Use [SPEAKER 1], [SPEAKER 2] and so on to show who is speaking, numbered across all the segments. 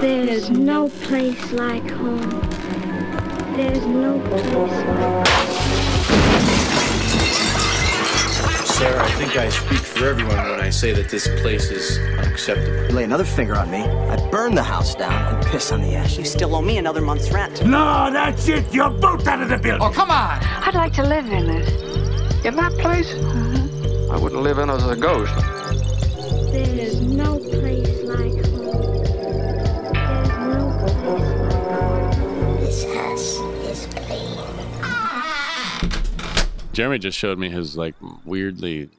[SPEAKER 1] There's no place like home. There's no place like
[SPEAKER 2] Sarah, I think I speak for everyone when I say that this place is unacceptable.
[SPEAKER 3] You lay another finger on me, I burn the house down and piss on the ashes.
[SPEAKER 4] You still owe me another month's rent.
[SPEAKER 5] No, that's it. You're both out of the building.
[SPEAKER 6] Oh, come on.
[SPEAKER 7] I'd like to live in it.
[SPEAKER 8] In that place? I wouldn't live in as a ghost.
[SPEAKER 1] There's no place like home. There's no place
[SPEAKER 9] This
[SPEAKER 1] like
[SPEAKER 9] house is clean.
[SPEAKER 10] Jeremy just showed me his like weirdly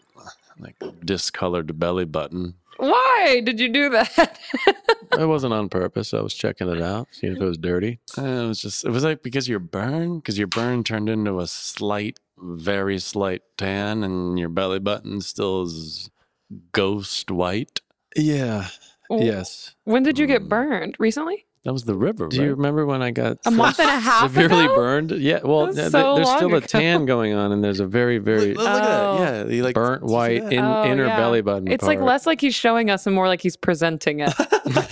[SPEAKER 10] like discolored belly button.
[SPEAKER 11] Why did you do that?
[SPEAKER 10] It wasn't on purpose. I was checking it out, seeing if it was dirty. And it was just it was like because your burn, because your burn turned into a slight, very slight tan, and your belly button still is ghost white. Yeah. Mm.
[SPEAKER 11] W-
[SPEAKER 10] Yes.
[SPEAKER 11] When did you get burned? Recently?
[SPEAKER 10] That was the river. Do you
[SPEAKER 11] right?
[SPEAKER 10] remember when I got
[SPEAKER 11] A month and a half
[SPEAKER 10] severely
[SPEAKER 11] ago?
[SPEAKER 10] burned? Yeah. Well,
[SPEAKER 11] That was
[SPEAKER 10] th-
[SPEAKER 11] so
[SPEAKER 10] there's
[SPEAKER 11] long
[SPEAKER 10] still a
[SPEAKER 11] ago.
[SPEAKER 10] tan going on, and there's a very, very
[SPEAKER 11] look at that. Oh.
[SPEAKER 10] yeah, you like burnt white in,
[SPEAKER 11] Oh,
[SPEAKER 10] inner
[SPEAKER 11] yeah.
[SPEAKER 10] belly button.
[SPEAKER 11] It's like
[SPEAKER 10] part.
[SPEAKER 11] less like he's showing us and more like he's presenting it.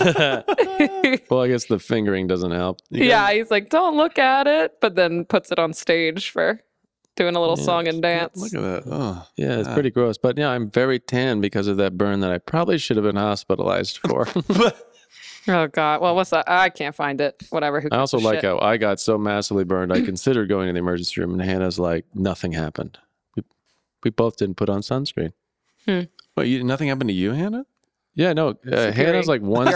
[SPEAKER 10] well, I guess the fingering doesn't help. You
[SPEAKER 11] yeah, he's like, don't look at it, but then puts it on stage for doing a little
[SPEAKER 10] Yeah,
[SPEAKER 11] song and dance.
[SPEAKER 10] Look at that. Oh, yeah, it's
[SPEAKER 11] God.
[SPEAKER 10] pretty gross. But yeah, I'm very tan because of that burn that I probably should have been hospitalized for.
[SPEAKER 11] Oh god. Well, what's that? I can't find it. Whatever. Who
[SPEAKER 10] I also
[SPEAKER 11] gives a
[SPEAKER 10] like uh,
[SPEAKER 11] shit?
[SPEAKER 10] how I got so massively burned. I considered going to the emergency room, and Hannah's like, nothing happened. We, we both didn't put on sunscreen.
[SPEAKER 11] Hmm.
[SPEAKER 10] Wait, you, nothing happened to you, Hannah? Yeah, no. Uh, Hannah's like one.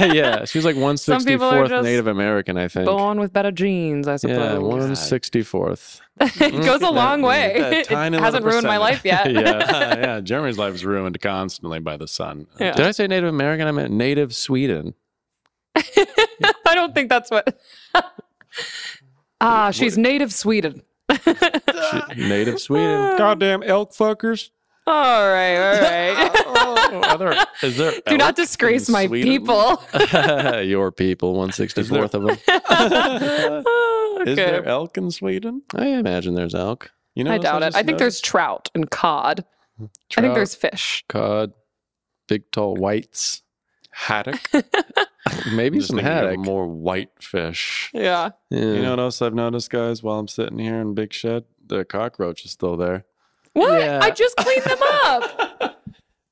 [SPEAKER 10] yeah, she's like one
[SPEAKER 11] Some
[SPEAKER 10] sixty
[SPEAKER 11] people are
[SPEAKER 10] fourth
[SPEAKER 11] just
[SPEAKER 10] Native American, I think.
[SPEAKER 11] born with better genes, I suppose.
[SPEAKER 10] Yeah, one sixty fourth.
[SPEAKER 11] it goes a long way.
[SPEAKER 10] That
[SPEAKER 11] It
[SPEAKER 10] tiny little
[SPEAKER 11] hasn't ruined my life
[SPEAKER 10] percentage.
[SPEAKER 11] yet.
[SPEAKER 10] yeah, yeah. Jeremy's life's ruined constantly by the sun.
[SPEAKER 11] Yeah.
[SPEAKER 10] Did I say Native American? I meant Native Sweden.
[SPEAKER 11] I don't think that's what. ah, she's native Sweden.
[SPEAKER 10] Sh- Native Sweden. Goddamn elk fuckers.
[SPEAKER 11] All right, all right.
[SPEAKER 10] Oh, Are there, is there
[SPEAKER 11] Do not
[SPEAKER 10] elk in
[SPEAKER 11] disgrace my
[SPEAKER 10] Sweden?
[SPEAKER 11] people.
[SPEAKER 10] Your people, one sixty fourth of them. Uh, Is there elk in Sweden? I imagine there's elk. You know,
[SPEAKER 11] I
[SPEAKER 10] what else
[SPEAKER 11] doubt it.
[SPEAKER 10] just
[SPEAKER 11] I think there's
[SPEAKER 10] noticed?
[SPEAKER 11] trout and cod. I
[SPEAKER 10] Trout.
[SPEAKER 11] think there's fish.
[SPEAKER 10] cod, big tall whites, haddock. Maybe some haddock. More white fish.
[SPEAKER 11] Yeah.
[SPEAKER 10] You know what else I've noticed, guys? While I'm sitting here in Big Shed, the cockroach is still there.
[SPEAKER 11] What?
[SPEAKER 10] Yeah.
[SPEAKER 11] I just cleaned them up.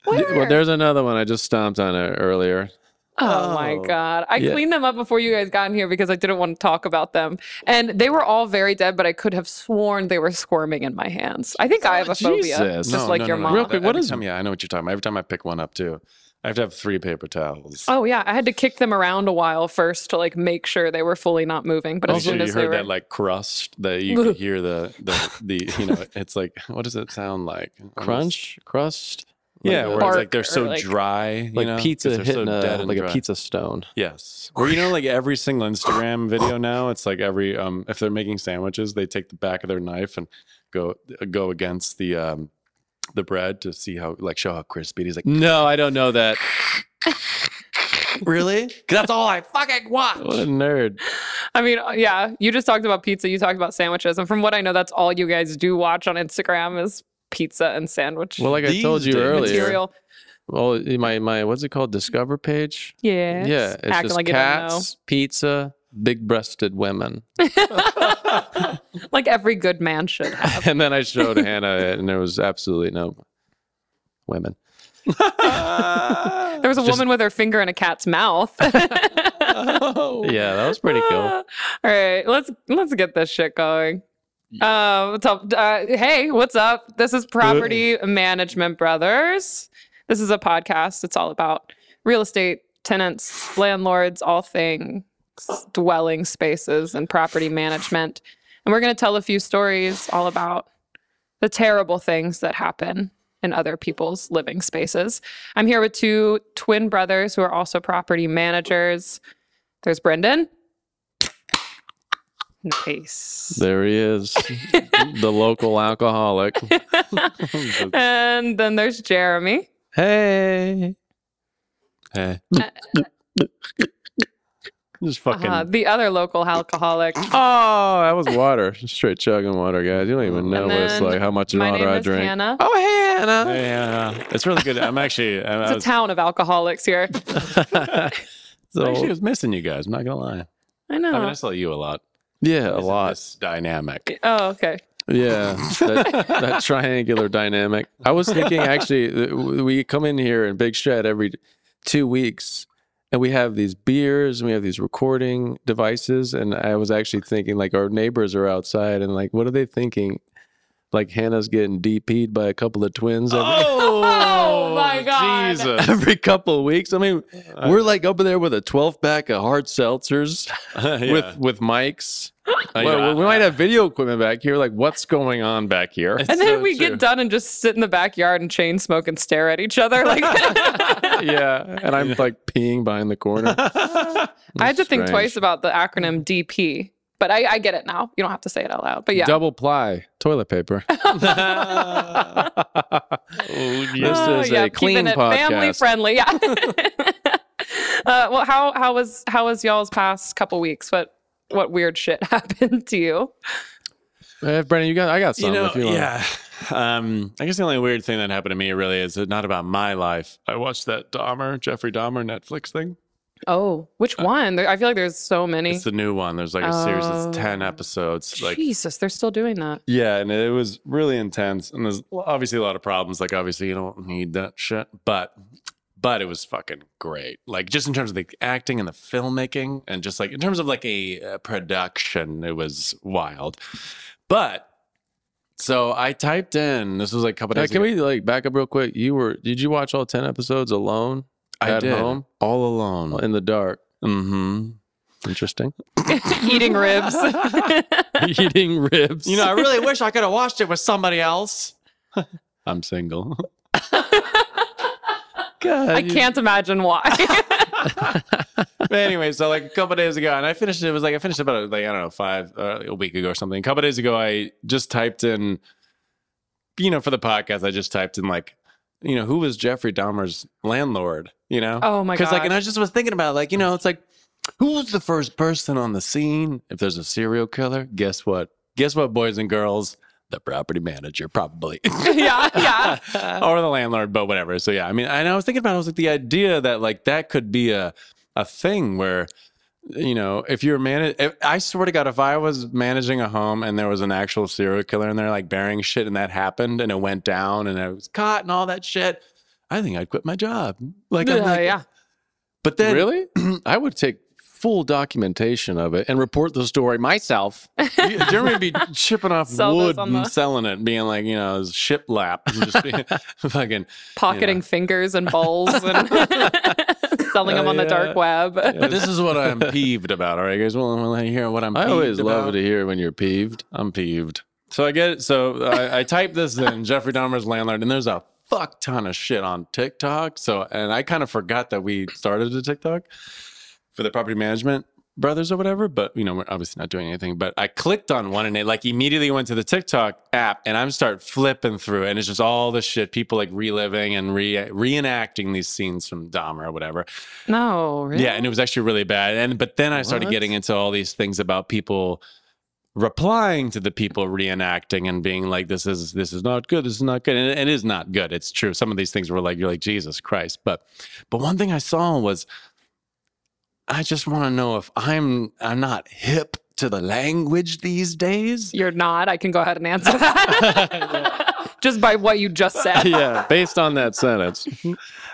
[SPEAKER 10] Well, there's another one. I just stomped on it earlier.
[SPEAKER 11] Oh, my
[SPEAKER 10] Oh.
[SPEAKER 11] god. I
[SPEAKER 10] Yeah.
[SPEAKER 11] cleaned them up before you guys got in here because I didn't want to talk about them. And they were all very dead, but I could have sworn they were squirming in my hands. I think I have a phobia.
[SPEAKER 10] Oh, Jesus.
[SPEAKER 11] Just like your mom.
[SPEAKER 10] Real quick, what is? Time, yeah, I know what you're talking about. Every time I pick one up, too, I have to have three paper towels.
[SPEAKER 11] Oh yeah. I had to kick them around a while first to like make sure they were fully not moving. But as
[SPEAKER 10] also,
[SPEAKER 11] soon
[SPEAKER 10] Oh, you
[SPEAKER 11] as they
[SPEAKER 10] heard
[SPEAKER 11] were
[SPEAKER 10] that like crust that you could hear the, the the you know it's like what does it sound like crunch crust yeah
[SPEAKER 11] Like a
[SPEAKER 10] where it's like
[SPEAKER 11] bark
[SPEAKER 10] they're
[SPEAKER 11] or
[SPEAKER 10] so
[SPEAKER 11] like-
[SPEAKER 10] dry you
[SPEAKER 6] Like
[SPEAKER 10] know, 'cause
[SPEAKER 6] pizza
[SPEAKER 10] they're
[SPEAKER 6] hitting a- like a pizza
[SPEAKER 10] stone yes or you know like every single Instagram video now it's like every um if they're making sandwiches they take the back of their knife and go go against the um the bread to see how like show how crispy it is like no I don't know that really that's all I
[SPEAKER 6] Fucking what?
[SPEAKER 10] what a nerd
[SPEAKER 11] I mean, uh, yeah, you just talked about pizza, you talked about sandwiches, and from what I know, that's all you guys do watch on Instagram is pizza and sandwich.
[SPEAKER 10] Well, like I told you earlier,
[SPEAKER 11] material.
[SPEAKER 10] Well, my my what's it called? Discover page.
[SPEAKER 11] Yes.
[SPEAKER 10] Yeah, it's
[SPEAKER 11] Acting
[SPEAKER 10] just
[SPEAKER 11] like you don't know.
[SPEAKER 10] cats, pizza, big-breasted women.
[SPEAKER 11] Like every good man should have.
[SPEAKER 10] and then I showed Hannah, it, and there was absolutely no women.
[SPEAKER 11] There was a woman with her finger in a cat's mouth.
[SPEAKER 10] Yeah, that was pretty cool.
[SPEAKER 11] Ah. All right, let's let's get this shit going. Um, what's up? Uh, hey, what's up? This is Property Management Brothers. This is a podcast. It's all about real estate, tenants, landlords, all things dwelling spaces and property management. And we're going to tell a few stories all about the terrible things that happen in other people's living spaces. I'm here with two twin brothers who are also property managers. There's Brendan. Nice.
[SPEAKER 10] There he is, the local alcoholic.
[SPEAKER 11] And then there's Jeremy.
[SPEAKER 10] hey, hey. Just fucking.
[SPEAKER 11] Uh, the other local alcoholic.
[SPEAKER 10] Oh, that was water. Straight chugging water, guys. You don't even know
[SPEAKER 11] And
[SPEAKER 10] what it's
[SPEAKER 11] then
[SPEAKER 10] like, how much
[SPEAKER 11] My
[SPEAKER 10] water
[SPEAKER 11] name
[SPEAKER 10] I
[SPEAKER 11] is
[SPEAKER 10] drink.
[SPEAKER 11] Hannah.
[SPEAKER 10] Oh, Hannah. It's really good. I'm actually. I
[SPEAKER 11] It's a
[SPEAKER 10] was-
[SPEAKER 11] town of alcoholics here.
[SPEAKER 10] So
[SPEAKER 11] Actually,
[SPEAKER 10] Actually, I was missing you guys. I'm not gonna lie.
[SPEAKER 11] I know.
[SPEAKER 4] I mean, I saw you a lot.
[SPEAKER 10] Yeah, a
[SPEAKER 4] Isn't
[SPEAKER 10] lot.
[SPEAKER 4] this dynamic.
[SPEAKER 11] oh, okay.
[SPEAKER 10] Yeah, that, that triangular dynamic. I was thinking actually, that w- we come in here in Big Shed every two weeks, and we have these beers and we have these recording devices. And I was actually thinking, like, our neighbors are outside, and like, what are they thinking? Like Hannah's getting DP'd by a couple of twins every,
[SPEAKER 11] Oh, my God.
[SPEAKER 4] Jesus.
[SPEAKER 10] every couple of weeks. I mean, we're like over there with a 12 pack of hard seltzers with
[SPEAKER 4] with
[SPEAKER 10] with mics.
[SPEAKER 4] yeah.
[SPEAKER 10] well, uh, we might have video equipment back here. Like, what's going on back here?
[SPEAKER 11] And then we get done and just sit in the backyard and chain smoke and stare at each other. Like, I
[SPEAKER 10] yeah, and I'm like peeing behind the corner.
[SPEAKER 11] had to think
[SPEAKER 10] Strange.
[SPEAKER 11] twice about the acronym DP, but I, I get it now. You don't have to say it out loud. But yeah,
[SPEAKER 10] Double ply toilet paper. This
[SPEAKER 11] Oh,
[SPEAKER 10] is
[SPEAKER 11] yeah,
[SPEAKER 10] a
[SPEAKER 11] keeping
[SPEAKER 10] clean
[SPEAKER 11] it Family
[SPEAKER 10] podcast.
[SPEAKER 11] friendly, yeah. uh, well, how how was how was y'all's past couple weeks? What what weird shit happened to you?
[SPEAKER 10] Eh, Brennan, you got? I got some.
[SPEAKER 4] you know,
[SPEAKER 10] if you want.
[SPEAKER 4] yeah. Um, I guess the only weird thing that happened to me really is not about my life. I watched that Dahmer, Jeffrey Dahmer Netflix thing.
[SPEAKER 11] Oh,
[SPEAKER 10] Uh,
[SPEAKER 11] which one? There, I feel like there's so many.
[SPEAKER 4] It's the new one. There's like a series
[SPEAKER 11] Oh.
[SPEAKER 4] that's 10 episodes. Like,
[SPEAKER 11] Jesus, they're still doing that.
[SPEAKER 4] yeah, and it was really intense. And there's obviously a lot of problems. Like, obviously, you don't need that shit, but. But it was fucking great. Like just in terms of the acting and the filmmaking, and just like in terms of like a uh, production, it was wild. But so I typed in. This was like a couple
[SPEAKER 10] Yeah,
[SPEAKER 4] days.
[SPEAKER 10] can
[SPEAKER 4] ago.
[SPEAKER 10] we like back up real quick? You were? Did you watch all ten episodes alone at home
[SPEAKER 4] all alone.
[SPEAKER 10] in the dark?
[SPEAKER 4] Mm-hmm.
[SPEAKER 10] Interesting.
[SPEAKER 11] Eating ribs.
[SPEAKER 10] Eating ribs.
[SPEAKER 4] You know, I really wish I could have watched it with somebody else.
[SPEAKER 10] I'm single.
[SPEAKER 11] I can't imagine why.
[SPEAKER 4] But anyway, so like a couple days ago, and I finished it. was like I finished about like I don't know five uh, a week ago or something. A couple days ago, I just typed in, you know, for the podcast, I just typed in like, you know, who was Jeffrey Dahmer's landlord? You know,
[SPEAKER 11] oh my god.
[SPEAKER 4] because like, and I just was thinking about it, like, you know, it's like, who was the first person on the scene? If there's a serial killer, guess what? Guess what, boys and girls? The property manager, probably.
[SPEAKER 11] yeah, yeah.
[SPEAKER 4] or the landlord, but whatever. So yeah, I mean, and I was thinking about, it, I was like, the idea that like that could be a a thing where, you know, if you're managed, I swear to God, if I was managing a home and there was an actual serial killer in there, like burying shit, and that happened, and it went down, and I was caught, and all that shit, I think I'd quit my job. Like, I'm
[SPEAKER 11] Yeah,
[SPEAKER 4] like-
[SPEAKER 11] yeah.
[SPEAKER 4] But then,
[SPEAKER 10] really? I would take full documentation of it and report the story myself.
[SPEAKER 4] You- Jeremy would be chipping off
[SPEAKER 11] Sell those
[SPEAKER 4] wood
[SPEAKER 11] on
[SPEAKER 4] and
[SPEAKER 11] the-
[SPEAKER 4] selling it, being like, you know, ship lap, and just being fucking
[SPEAKER 11] Pocketing fingers and bowls and selling them
[SPEAKER 4] Oh,
[SPEAKER 11] on the dark
[SPEAKER 4] yeah.
[SPEAKER 11] web.
[SPEAKER 4] But this is what I'm peeved about. All right, guys. Well, well, hear what I'm.
[SPEAKER 10] I
[SPEAKER 4] peeved
[SPEAKER 10] always love
[SPEAKER 4] about.
[SPEAKER 10] to hear when you're peeved.
[SPEAKER 4] I'm peeved. So I get so I, I type this in Jeffrey Dahmer's landlord, and there's a fuck ton of shit on TikTok. So and I kind of forgot that we started a TikTok for the property management brothers or whatever. But you know we're obviously not doing anything. But I clicked on one, and it like immediately went to the TikTok app, and I'm start flipping through, it, and it's just all the shit people like reliving and re reenacting these scenes from Dahmer or whatever.
[SPEAKER 11] No, really.
[SPEAKER 4] Yeah, and it was actually really bad. And but then I started
[SPEAKER 10] What?
[SPEAKER 4] getting into all these things about people replying to the people reenacting and being like, "This is this is not good. This is not good." And it- it is not good. It's true. Some of these things were like, "You're like Jesus Christ." But but one thing I saw was, I just want to know if I'm I'm not hip to the language these days.
[SPEAKER 11] You're not. I can go ahead and answer that. just by what you just said.
[SPEAKER 10] yeah, based on that sentence.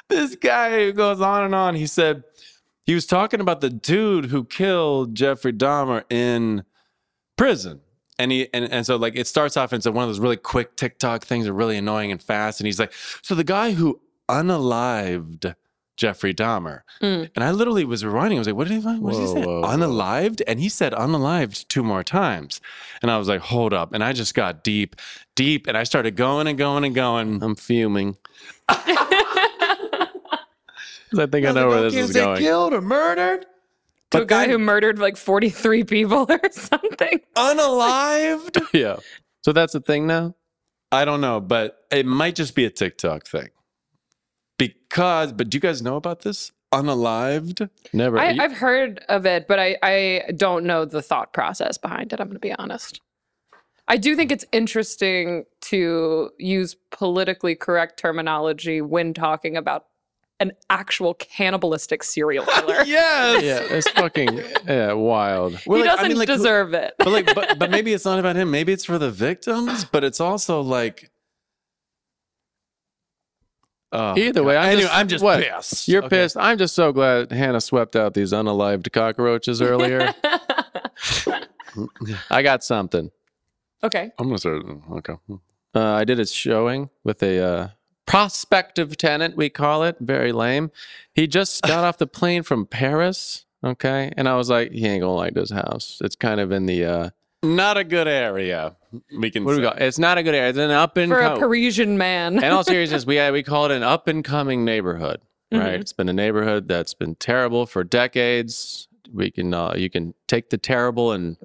[SPEAKER 4] this guy who goes on and on. He said he was talking about the dude who killed Jeffrey Dahmer in prison. And he and, and so like it starts off into one of those really quick TikTok things that are really annoying and fast. And he's like, so the guy who unalived Jeffrey Dahmer.
[SPEAKER 11] Mm.
[SPEAKER 4] And I literally was rewinding. I was like, what did he, what did he
[SPEAKER 10] Whoa,
[SPEAKER 4] say?
[SPEAKER 10] whoa, whoa.
[SPEAKER 4] unalived? And he said unalived two more times. And I was like, hold up. And I just got deep, deep. And I started going and going and going.
[SPEAKER 10] I'm fuming. 'Cause I think I know
[SPEAKER 4] was
[SPEAKER 10] where
[SPEAKER 4] like,
[SPEAKER 10] this
[SPEAKER 4] okay,
[SPEAKER 10] is
[SPEAKER 4] they
[SPEAKER 10] going.
[SPEAKER 4] killed or murdered?
[SPEAKER 11] to a
[SPEAKER 4] But
[SPEAKER 11] guy
[SPEAKER 4] then-
[SPEAKER 11] who murdered like 43 people or something.
[SPEAKER 4] Unalived?
[SPEAKER 10] Yeah. So that's the thing now.
[SPEAKER 4] I don't know, but it might just be a TikTok thing. Because, but do you guys know about this? Unalived?
[SPEAKER 10] Never.
[SPEAKER 11] I,
[SPEAKER 10] you-
[SPEAKER 11] I've heard of it, but I, I don't know the thought process behind it. I'm going to be honest. I do think it's interesting to use politically correct terminology when talking about an actual cannibalistic serial killer.
[SPEAKER 10] Yes.
[SPEAKER 4] Yeah, it's fucking yeah, wild.
[SPEAKER 11] he
[SPEAKER 10] Well, like, I
[SPEAKER 11] doesn't
[SPEAKER 10] mean, like, who-
[SPEAKER 11] deserve it.
[SPEAKER 10] but like but, but maybe it's not about him maybe it's for the victims but it's also like oh,
[SPEAKER 4] Either way, I'm
[SPEAKER 10] anyway,
[SPEAKER 4] just-
[SPEAKER 10] I'm just
[SPEAKER 4] what?
[SPEAKER 10] pissed
[SPEAKER 4] You're
[SPEAKER 10] Okay.
[SPEAKER 4] pissed. I'm just so glad Hannah swept out these unalived cockroaches earlier. I got something.
[SPEAKER 11] okay.
[SPEAKER 10] i'm gonna start okay
[SPEAKER 4] Uh, I did a showing with a uh, prospective tenant, we call it. Very lame. He just got off the plane from Paris. Okay. And I was like, he ain't going to like this house. It's kind of in the, uh,
[SPEAKER 10] not a good area we can
[SPEAKER 4] what do we
[SPEAKER 10] say.
[SPEAKER 4] call It's not a good area. It's an up and
[SPEAKER 11] For a
[SPEAKER 4] co-
[SPEAKER 11] Parisian man.
[SPEAKER 4] in all seriousness, we uh, we call it an up and coming neighborhood. Right, it's been a neighborhood that's been terrible for decades. We can uh, you can take the terrible and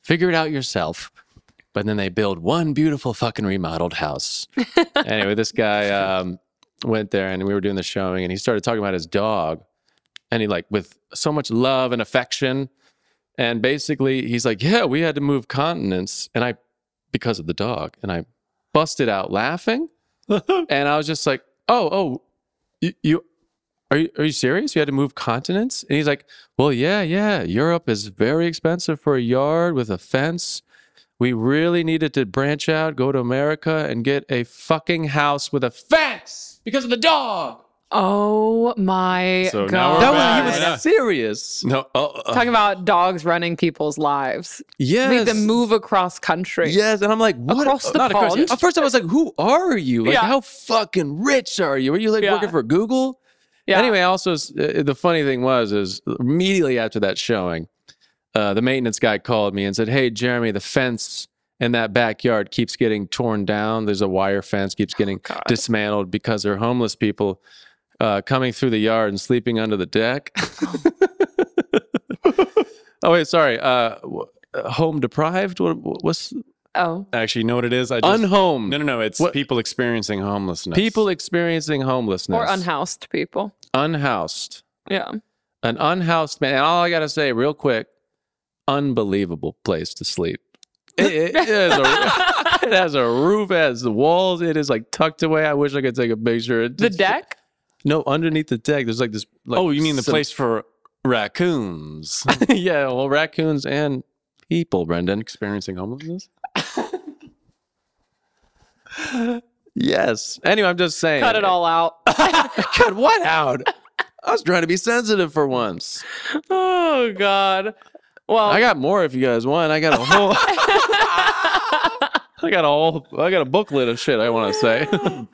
[SPEAKER 4] figure it out yourself. But then they build one beautiful fucking remodeled house. anyway, this guy um, went there and we were doing the showing, and he started talking about his dog, and he like with so much love and affection, and basically he's like, yeah, we had to move continents, and I because of the dog, and I busted out laughing and I was just like, "Oh, oh, you, you are you, are you serious? You had to move continents?" And he's like, "Well, yeah, yeah. Europe is very expensive for a yard with a fence. We really needed to branch out, go to America, and get a fucking house with a fence because of the dog."
[SPEAKER 11] Oh my
[SPEAKER 10] So now
[SPEAKER 11] god.
[SPEAKER 10] we're
[SPEAKER 4] That
[SPEAKER 10] back.
[SPEAKER 4] was, he
[SPEAKER 10] Yeah.
[SPEAKER 4] was serious.
[SPEAKER 10] no oh, uh,
[SPEAKER 11] Talking about dogs running people's lives.
[SPEAKER 4] Yes.
[SPEAKER 11] Made them move across country.
[SPEAKER 4] Yes, and I'm like, what?
[SPEAKER 11] Across the
[SPEAKER 4] Not across-
[SPEAKER 11] pond.
[SPEAKER 4] At first, I was like, who are you? Like,
[SPEAKER 11] Yeah.
[SPEAKER 4] how fucking rich are you? Are you like
[SPEAKER 11] Yeah.
[SPEAKER 4] working for Google?
[SPEAKER 11] Yeah.
[SPEAKER 4] Anyway, also s- uh, the funny thing was is immediately after that showing, uh, the maintenance guy called me and said, "Hey, Jeremy, the fence in that backyard keeps getting torn down. There's a wire fence keeps getting
[SPEAKER 11] Oh, God.
[SPEAKER 4] dismantled because there are homeless people uh, coming through the yard and sleeping under the deck." oh wait, sorry. Uh, w- uh, home deprived. What, what's
[SPEAKER 11] Oh.
[SPEAKER 10] actually you know what it is i just
[SPEAKER 4] unhomed?
[SPEAKER 10] no no no it's
[SPEAKER 4] What-
[SPEAKER 10] people experiencing homelessness
[SPEAKER 4] People experiencing homelessness
[SPEAKER 11] Or unhoused people.
[SPEAKER 4] Unhoused.
[SPEAKER 11] Yeah.
[SPEAKER 4] an unhoused man. And all I gotta say, real quick, unbelievable place to sleep. It, it- it has, a, it has a roof, it has the walls. It is like tucked away. I wish I could take a picture.
[SPEAKER 11] The deck?
[SPEAKER 4] No, underneath the deck, there's like this. Like
[SPEAKER 10] oh you mean the
[SPEAKER 4] some-
[SPEAKER 10] place for raccoons
[SPEAKER 4] yeah, well, raccoons and people, Brendan.
[SPEAKER 10] experiencing homelessness
[SPEAKER 4] Yes. Anyway, I'm just saying.
[SPEAKER 11] Cut it all out.
[SPEAKER 4] Cut what out? I was trying to be sensitive for once.
[SPEAKER 11] oh god. Well,
[SPEAKER 4] I got more if you guys want. I got a whole. I got a whole. I got a booklet of shit I want to say.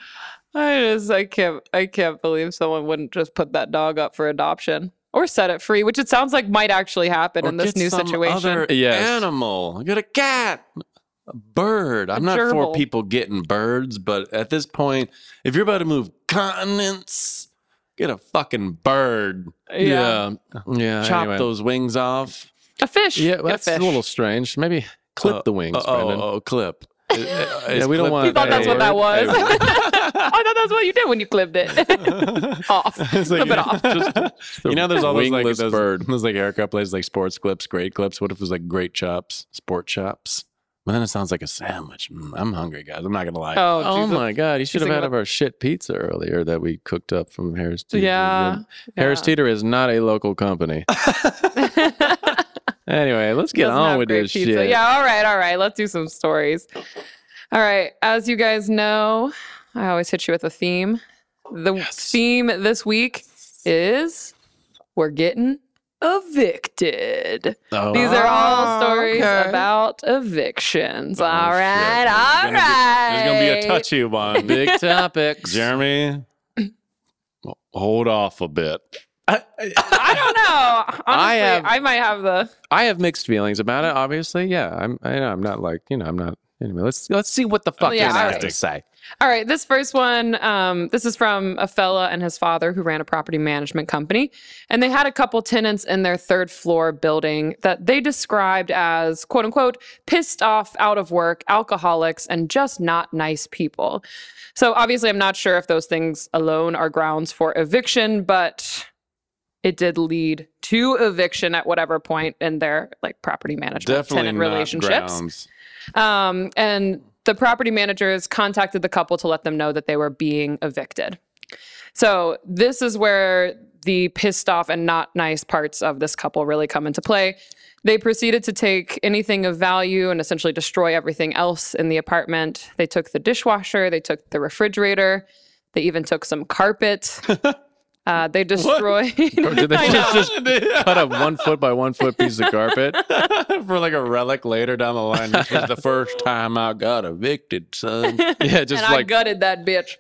[SPEAKER 11] I just I can't I can't believe someone wouldn't just put that dog up for adoption or set it free, which it sounds like might actually happen
[SPEAKER 10] Or
[SPEAKER 11] in this
[SPEAKER 10] get
[SPEAKER 11] new
[SPEAKER 10] some
[SPEAKER 11] situation.
[SPEAKER 10] other
[SPEAKER 4] Yes.
[SPEAKER 10] animal get a cat a bird i'm not for
[SPEAKER 11] gerbil.
[SPEAKER 10] people getting birds but at this point if you're about to move continents get a fucking bird
[SPEAKER 11] Yeah.
[SPEAKER 4] Yeah.
[SPEAKER 10] chop
[SPEAKER 4] anyway.
[SPEAKER 10] those wings off
[SPEAKER 11] A fish.
[SPEAKER 4] Yeah,
[SPEAKER 11] Get
[SPEAKER 4] well, that's
[SPEAKER 11] a
[SPEAKER 4] a,
[SPEAKER 11] fish.
[SPEAKER 4] little strange. Maybe clip
[SPEAKER 10] Uh,
[SPEAKER 4] the wings,
[SPEAKER 10] oh,
[SPEAKER 4] Brendan.
[SPEAKER 10] oh, clip
[SPEAKER 4] yeah, we don't want.
[SPEAKER 11] He thought that's what that was. I thought that's what you did when you clipped it off. Clip it off.
[SPEAKER 10] you know, there's all those like
[SPEAKER 4] wingless
[SPEAKER 10] those,
[SPEAKER 4] bird.
[SPEAKER 10] those like haircut plays like sports clips, great clips. What if it was like great chops, sport chops? Well, then it sounds like a sandwich. Mm, I'm hungry, guys. I'm not gonna lie.
[SPEAKER 11] Oh,
[SPEAKER 4] Oh
[SPEAKER 11] Jesus.
[SPEAKER 4] my God! You should have
[SPEAKER 11] thinking
[SPEAKER 4] had of our shit pizza earlier that we cooked up from Harris Teeter.
[SPEAKER 11] Yeah.
[SPEAKER 4] Harris
[SPEAKER 11] yeah.
[SPEAKER 4] Teeter is not a local company. anyway, let's get
[SPEAKER 11] Doesn't
[SPEAKER 4] on
[SPEAKER 11] have
[SPEAKER 4] with
[SPEAKER 11] great
[SPEAKER 4] this
[SPEAKER 11] pizza.
[SPEAKER 4] shit.
[SPEAKER 11] Yeah, all right, all right. Let's do some stories. All right. As you guys know, I always hit you with a theme. The theme this week is we're getting evicted.
[SPEAKER 10] Oh,
[SPEAKER 11] These are all
[SPEAKER 4] Oh,
[SPEAKER 11] stories
[SPEAKER 4] okay.
[SPEAKER 11] about evictions.
[SPEAKER 10] oh,
[SPEAKER 11] all
[SPEAKER 10] shit.
[SPEAKER 11] right,
[SPEAKER 10] There's
[SPEAKER 11] all
[SPEAKER 10] gonna be- There's gonna be a
[SPEAKER 11] right.
[SPEAKER 10] touchy one.
[SPEAKER 4] Big topics.
[SPEAKER 10] Jeremy, hold off a bit.
[SPEAKER 11] I don't know. Honestly, I,
[SPEAKER 4] have-
[SPEAKER 11] might have the
[SPEAKER 4] I have mixed feelings about it. Obviously, yeah. I'm. I know. I'm not like you know. I'm not. Anyway, let's let's see what the fuck
[SPEAKER 11] Oh, Yeah,
[SPEAKER 4] this
[SPEAKER 11] all
[SPEAKER 4] has
[SPEAKER 11] right.
[SPEAKER 4] to say.
[SPEAKER 11] All right, this first one, um, this is from a fella and his father who ran a property management company. And they had a couple tenants in their third floor building that they described as, quote unquote, pissed off, out of work, alcoholics, and just not nice people. So obviously, I'm not sure if those things alone are grounds for eviction, but it did lead to eviction at whatever point in their like property management
[SPEAKER 10] Definitely
[SPEAKER 11] tenant
[SPEAKER 10] not
[SPEAKER 11] relationships.
[SPEAKER 10] grounds.
[SPEAKER 11] Um, and the property managers contacted the couple to let them know that they were being evicted. So this is where the pissed off and not nice parts of this couple really come into play. They proceeded to take anything of value and essentially destroy everything else in the apartment. They took the dishwasher, they took the refrigerator, they even took some carpet. Uh, they destroyed.
[SPEAKER 10] Oh, Did they
[SPEAKER 11] I
[SPEAKER 10] just,
[SPEAKER 11] know.
[SPEAKER 10] just cut a one foot by one foot piece of carpet
[SPEAKER 4] for like a relic later down the line. This was the first time I got evicted, son.
[SPEAKER 10] yeah just
[SPEAKER 11] and I
[SPEAKER 10] like
[SPEAKER 11] gutted that bitch.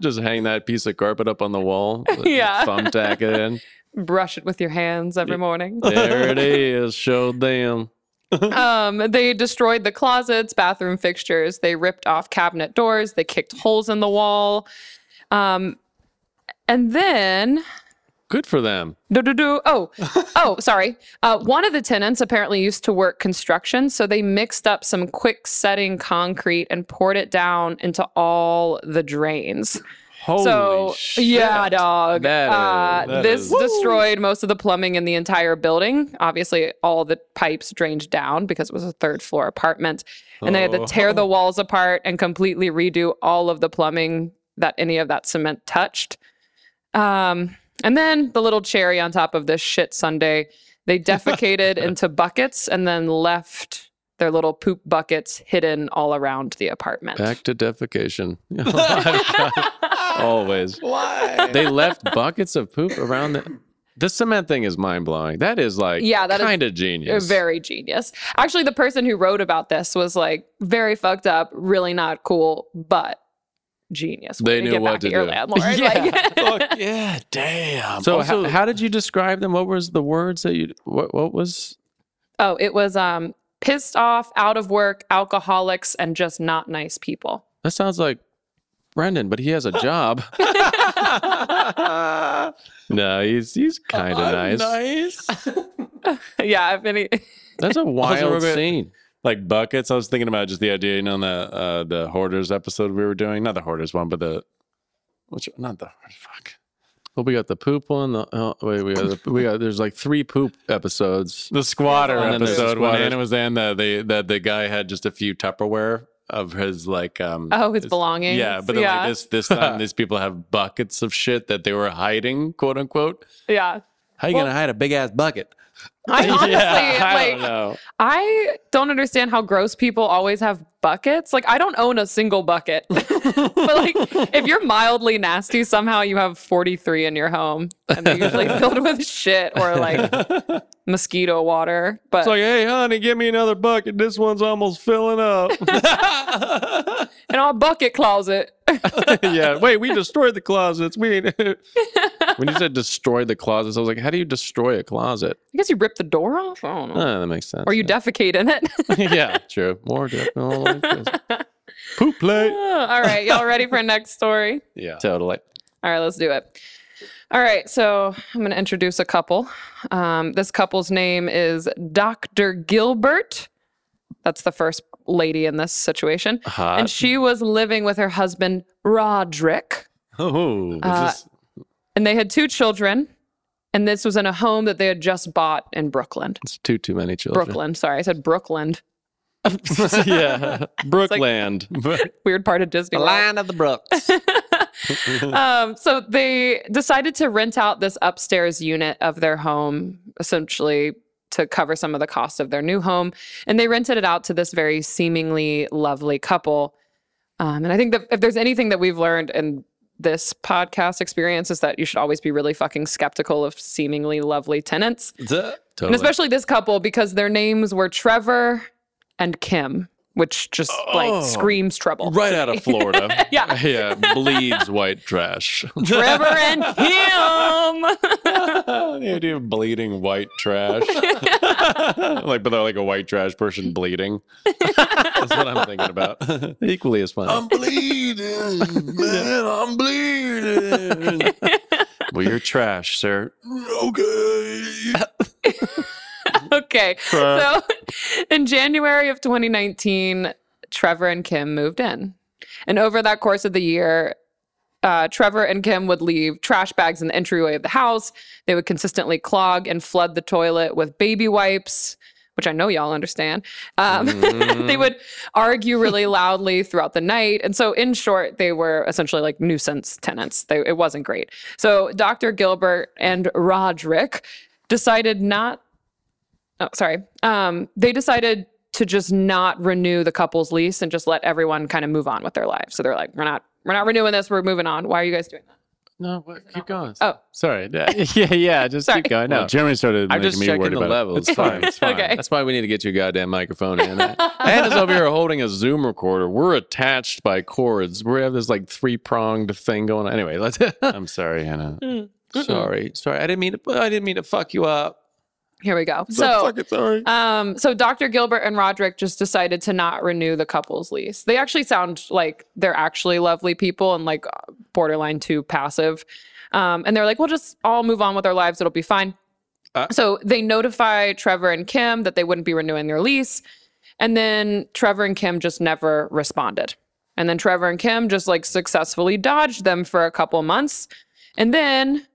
[SPEAKER 10] just hang that piece of carpet up on the wall
[SPEAKER 11] Yeah.
[SPEAKER 10] thumbtack it in
[SPEAKER 11] Brush it with your hands every morning.
[SPEAKER 10] there it is show them
[SPEAKER 11] Um, they destroyed the closets, bathroom fixtures. They ripped off cabinet doors. They kicked holes in the wall. Um, and then,
[SPEAKER 10] good for them
[SPEAKER 11] do, do, do, oh, oh, sorry. Uh, one of the tenants apparently used to work construction, so they mixed up some quick setting concrete and poured it down into all the drains.
[SPEAKER 10] holy
[SPEAKER 11] so,
[SPEAKER 10] shit.
[SPEAKER 11] yeah, dog.
[SPEAKER 10] That
[SPEAKER 11] uh,
[SPEAKER 10] is- that
[SPEAKER 11] this
[SPEAKER 10] is-
[SPEAKER 11] destroyed most of the plumbing in the entire building. Obviously, all the pipes drained down because it was a third floor apartment. And they had to
[SPEAKER 10] Oh.
[SPEAKER 11] tear the walls apart and completely redo all of the plumbing that any of that cement touched. Um, and then the little cherry on top of this shit Sunday, they defecated into buckets and then left their little poop buckets hidden all around the apartment.
[SPEAKER 10] back to defecation always why they left buckets of poop around the the cement thing is mind blowing. That is like
[SPEAKER 11] Yeah, that is-
[SPEAKER 10] kind of
[SPEAKER 11] They're
[SPEAKER 10] genius.
[SPEAKER 11] Very genius. Actually, the person who wrote about this was like very fucked up, really not cool, but genius. Way
[SPEAKER 10] They
[SPEAKER 11] to
[SPEAKER 10] knew
[SPEAKER 11] get
[SPEAKER 10] what
[SPEAKER 11] back
[SPEAKER 10] to
[SPEAKER 11] your
[SPEAKER 10] do.
[SPEAKER 11] landlord. Like-
[SPEAKER 4] yeah, damn.
[SPEAKER 10] So
[SPEAKER 4] So
[SPEAKER 10] ho- how did you describe them? What was the words that you what what was
[SPEAKER 11] oh, it was um pissed off, out of work, alcoholics, and just not nice people.
[SPEAKER 10] That sounds like Brendan, but he has a job. no, he's he's kind of nice.
[SPEAKER 11] yeah, if any
[SPEAKER 10] That's a wild
[SPEAKER 4] remember-
[SPEAKER 10] scene.
[SPEAKER 4] like buckets. I was thinking about just the idea, you know, in the uh, the hoarders episode we were doing, not the hoarders one, but the which not the fuck.
[SPEAKER 10] Well, we got the poop one. The, oh, wait, we got the, we got. There's like three poop episodes.
[SPEAKER 4] The squatter
[SPEAKER 10] And then there's the
[SPEAKER 4] episode when
[SPEAKER 10] squatter.
[SPEAKER 4] Anna was in the the, the the guy had just a few Tupperware of his like um
[SPEAKER 11] Oh, his belongings.
[SPEAKER 4] Yeah, but then
[SPEAKER 11] yeah.
[SPEAKER 4] like this this time these people have buckets of shit that they were hiding, quote unquote.
[SPEAKER 11] yeah.
[SPEAKER 4] How you gonna hide a big ass bucket?
[SPEAKER 11] I honestly
[SPEAKER 10] I
[SPEAKER 11] like
[SPEAKER 10] don't know.
[SPEAKER 11] I don't understand how gross people always have buckets. Like I don't own a single bucket. but like if you're mildly nasty, somehow you have 43 in your home and they're usually filled with shit or like mosquito water. But
[SPEAKER 10] It's like, hey, honey, give me another bucket. This one's almost filling up.
[SPEAKER 11] in our bucket closet.
[SPEAKER 10] yeah. Wait, we destroyed the closets. We when you said destroy the closets, I was like, how do you destroy a closet?
[SPEAKER 11] I guess you rip the door off? I don't know.
[SPEAKER 10] Oh, that makes sense.
[SPEAKER 11] or you
[SPEAKER 10] yeah.
[SPEAKER 11] defecate in it.
[SPEAKER 10] yeah, true. More definitely. Poop plate.
[SPEAKER 11] All right, y'all ready for next story?
[SPEAKER 4] Yeah.
[SPEAKER 10] Totally.
[SPEAKER 11] All right, let's do it. All right, so I'm going to introduce a couple. Um, this couple's name is Dr. Gilbert. That's the first lady in this situation.
[SPEAKER 4] Uh,
[SPEAKER 10] Hot.
[SPEAKER 11] And she was living with her husband, Roderick,
[SPEAKER 10] oh, is
[SPEAKER 11] Uh,
[SPEAKER 10] this-
[SPEAKER 11] and they had two children. And this was in a home that they had just bought in Brooklyn.
[SPEAKER 10] it's too too many children.
[SPEAKER 11] Brooklyn, sorry, I said Brooklyn.
[SPEAKER 10] yeah, Brookland.
[SPEAKER 11] Weird part of Disney. World.
[SPEAKER 3] of the Brooks.
[SPEAKER 11] um, so they decided to rent out this upstairs unit of their home, essentially to cover some of the cost of their new home. And they rented it out to this very seemingly lovely couple. Um, and I think that if there's anything that we've learned in this podcast experience is that you should always be really fucking skeptical of seemingly lovely tenants, and
[SPEAKER 10] totally.
[SPEAKER 11] especially this couple because their names were Trevor and Kim, which just
[SPEAKER 10] Oh.
[SPEAKER 11] like screams trouble.
[SPEAKER 10] right out of Florida.
[SPEAKER 11] Yeah.
[SPEAKER 10] yeah, bleeds white trash.
[SPEAKER 11] Trevor and Kim.
[SPEAKER 4] the idea of bleeding white trash. like but they're like a white trash person bleeding. That's what I'm thinking about.
[SPEAKER 10] Equally as funny.
[SPEAKER 4] bleeding, man. I'm bleeding.
[SPEAKER 10] well, you're trash, sir.
[SPEAKER 4] okay.
[SPEAKER 11] okay. So in January of 2019, Trevor and Kim moved in. And over that course of the year, uh, Trevor and Kim would leave trash bags in the entryway of the house. They would consistently clog and flood the toilet with baby wipes, which I know y'all understand, um, they would argue really loudly throughout the night. And so, in short, they were essentially like nuisance tenants. They, it wasn't great. So, Dr. Gilbert and Roderick decided not. Oh, sorry. Um, they decided to just not renew the couple's lease and just let everyone kind of move on with their lives. So they're like, we're not, we're not renewing this. We're moving on. Why are you guys doing that?
[SPEAKER 10] No, what, keep going.
[SPEAKER 11] Oh.
[SPEAKER 10] sorry. Yeah, yeah, yeah, just
[SPEAKER 11] Sorry.
[SPEAKER 10] keep going.
[SPEAKER 4] No,
[SPEAKER 10] No,
[SPEAKER 4] Jeremy started.
[SPEAKER 10] I'm
[SPEAKER 4] making
[SPEAKER 10] just
[SPEAKER 4] me
[SPEAKER 10] checking
[SPEAKER 4] worried
[SPEAKER 10] the
[SPEAKER 4] about it.
[SPEAKER 10] level.
[SPEAKER 4] It's fine. It's fine.
[SPEAKER 11] Okay.
[SPEAKER 10] That's why we need to get you a goddamn microphone, Anna. Anna's over here holding a Zoom recorder. We're attached by cords. We have this like three pronged thing going on. Anyway, let's.
[SPEAKER 4] I'm sorry, Hannah.
[SPEAKER 10] Mm. sorry, sorry. I didn't mean to. I didn't mean to fuck you up.
[SPEAKER 11] Here we go.
[SPEAKER 10] I'm
[SPEAKER 11] So,
[SPEAKER 10] fucking sorry.
[SPEAKER 11] um, so Dr. Gilbert and Roderick just decided to not renew the couple's lease. They actually sound like they're actually lovely people and like borderline too passive. Um, and they're like, we'll just all move on with our lives. It'll be fine.
[SPEAKER 10] Uh-
[SPEAKER 11] so they notify Trevor and Kim that they wouldn't be renewing their lease. And then Trevor and Kim just never responded. And then Trevor and Kim just like successfully dodged them for a couple months. And then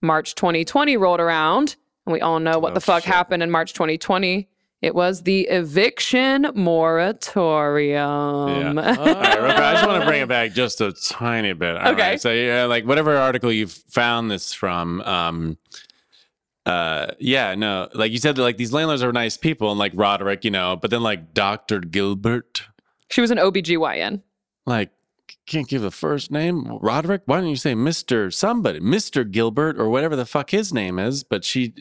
[SPEAKER 11] March 2020 rolled around. And we all know what
[SPEAKER 10] Oh,
[SPEAKER 11] the fuck
[SPEAKER 10] shit.
[SPEAKER 11] happened in March 2020. It was the eviction moratorium.
[SPEAKER 10] Yeah.
[SPEAKER 4] All right, real quick, I just want to bring it back just a tiny bit. All
[SPEAKER 11] Okay.
[SPEAKER 4] right, So yeah, like whatever article you found this from, um, uh, yeah, no, like you said, that, like these landlords are nice people, and like Roderick, you know, but then like Doctor Gilbert,
[SPEAKER 11] she was an OBGYN.
[SPEAKER 4] like can't give a first name, Roderick. Why don't you say Mister somebody, Mister Gilbert, or whatever the fuck his name is? But she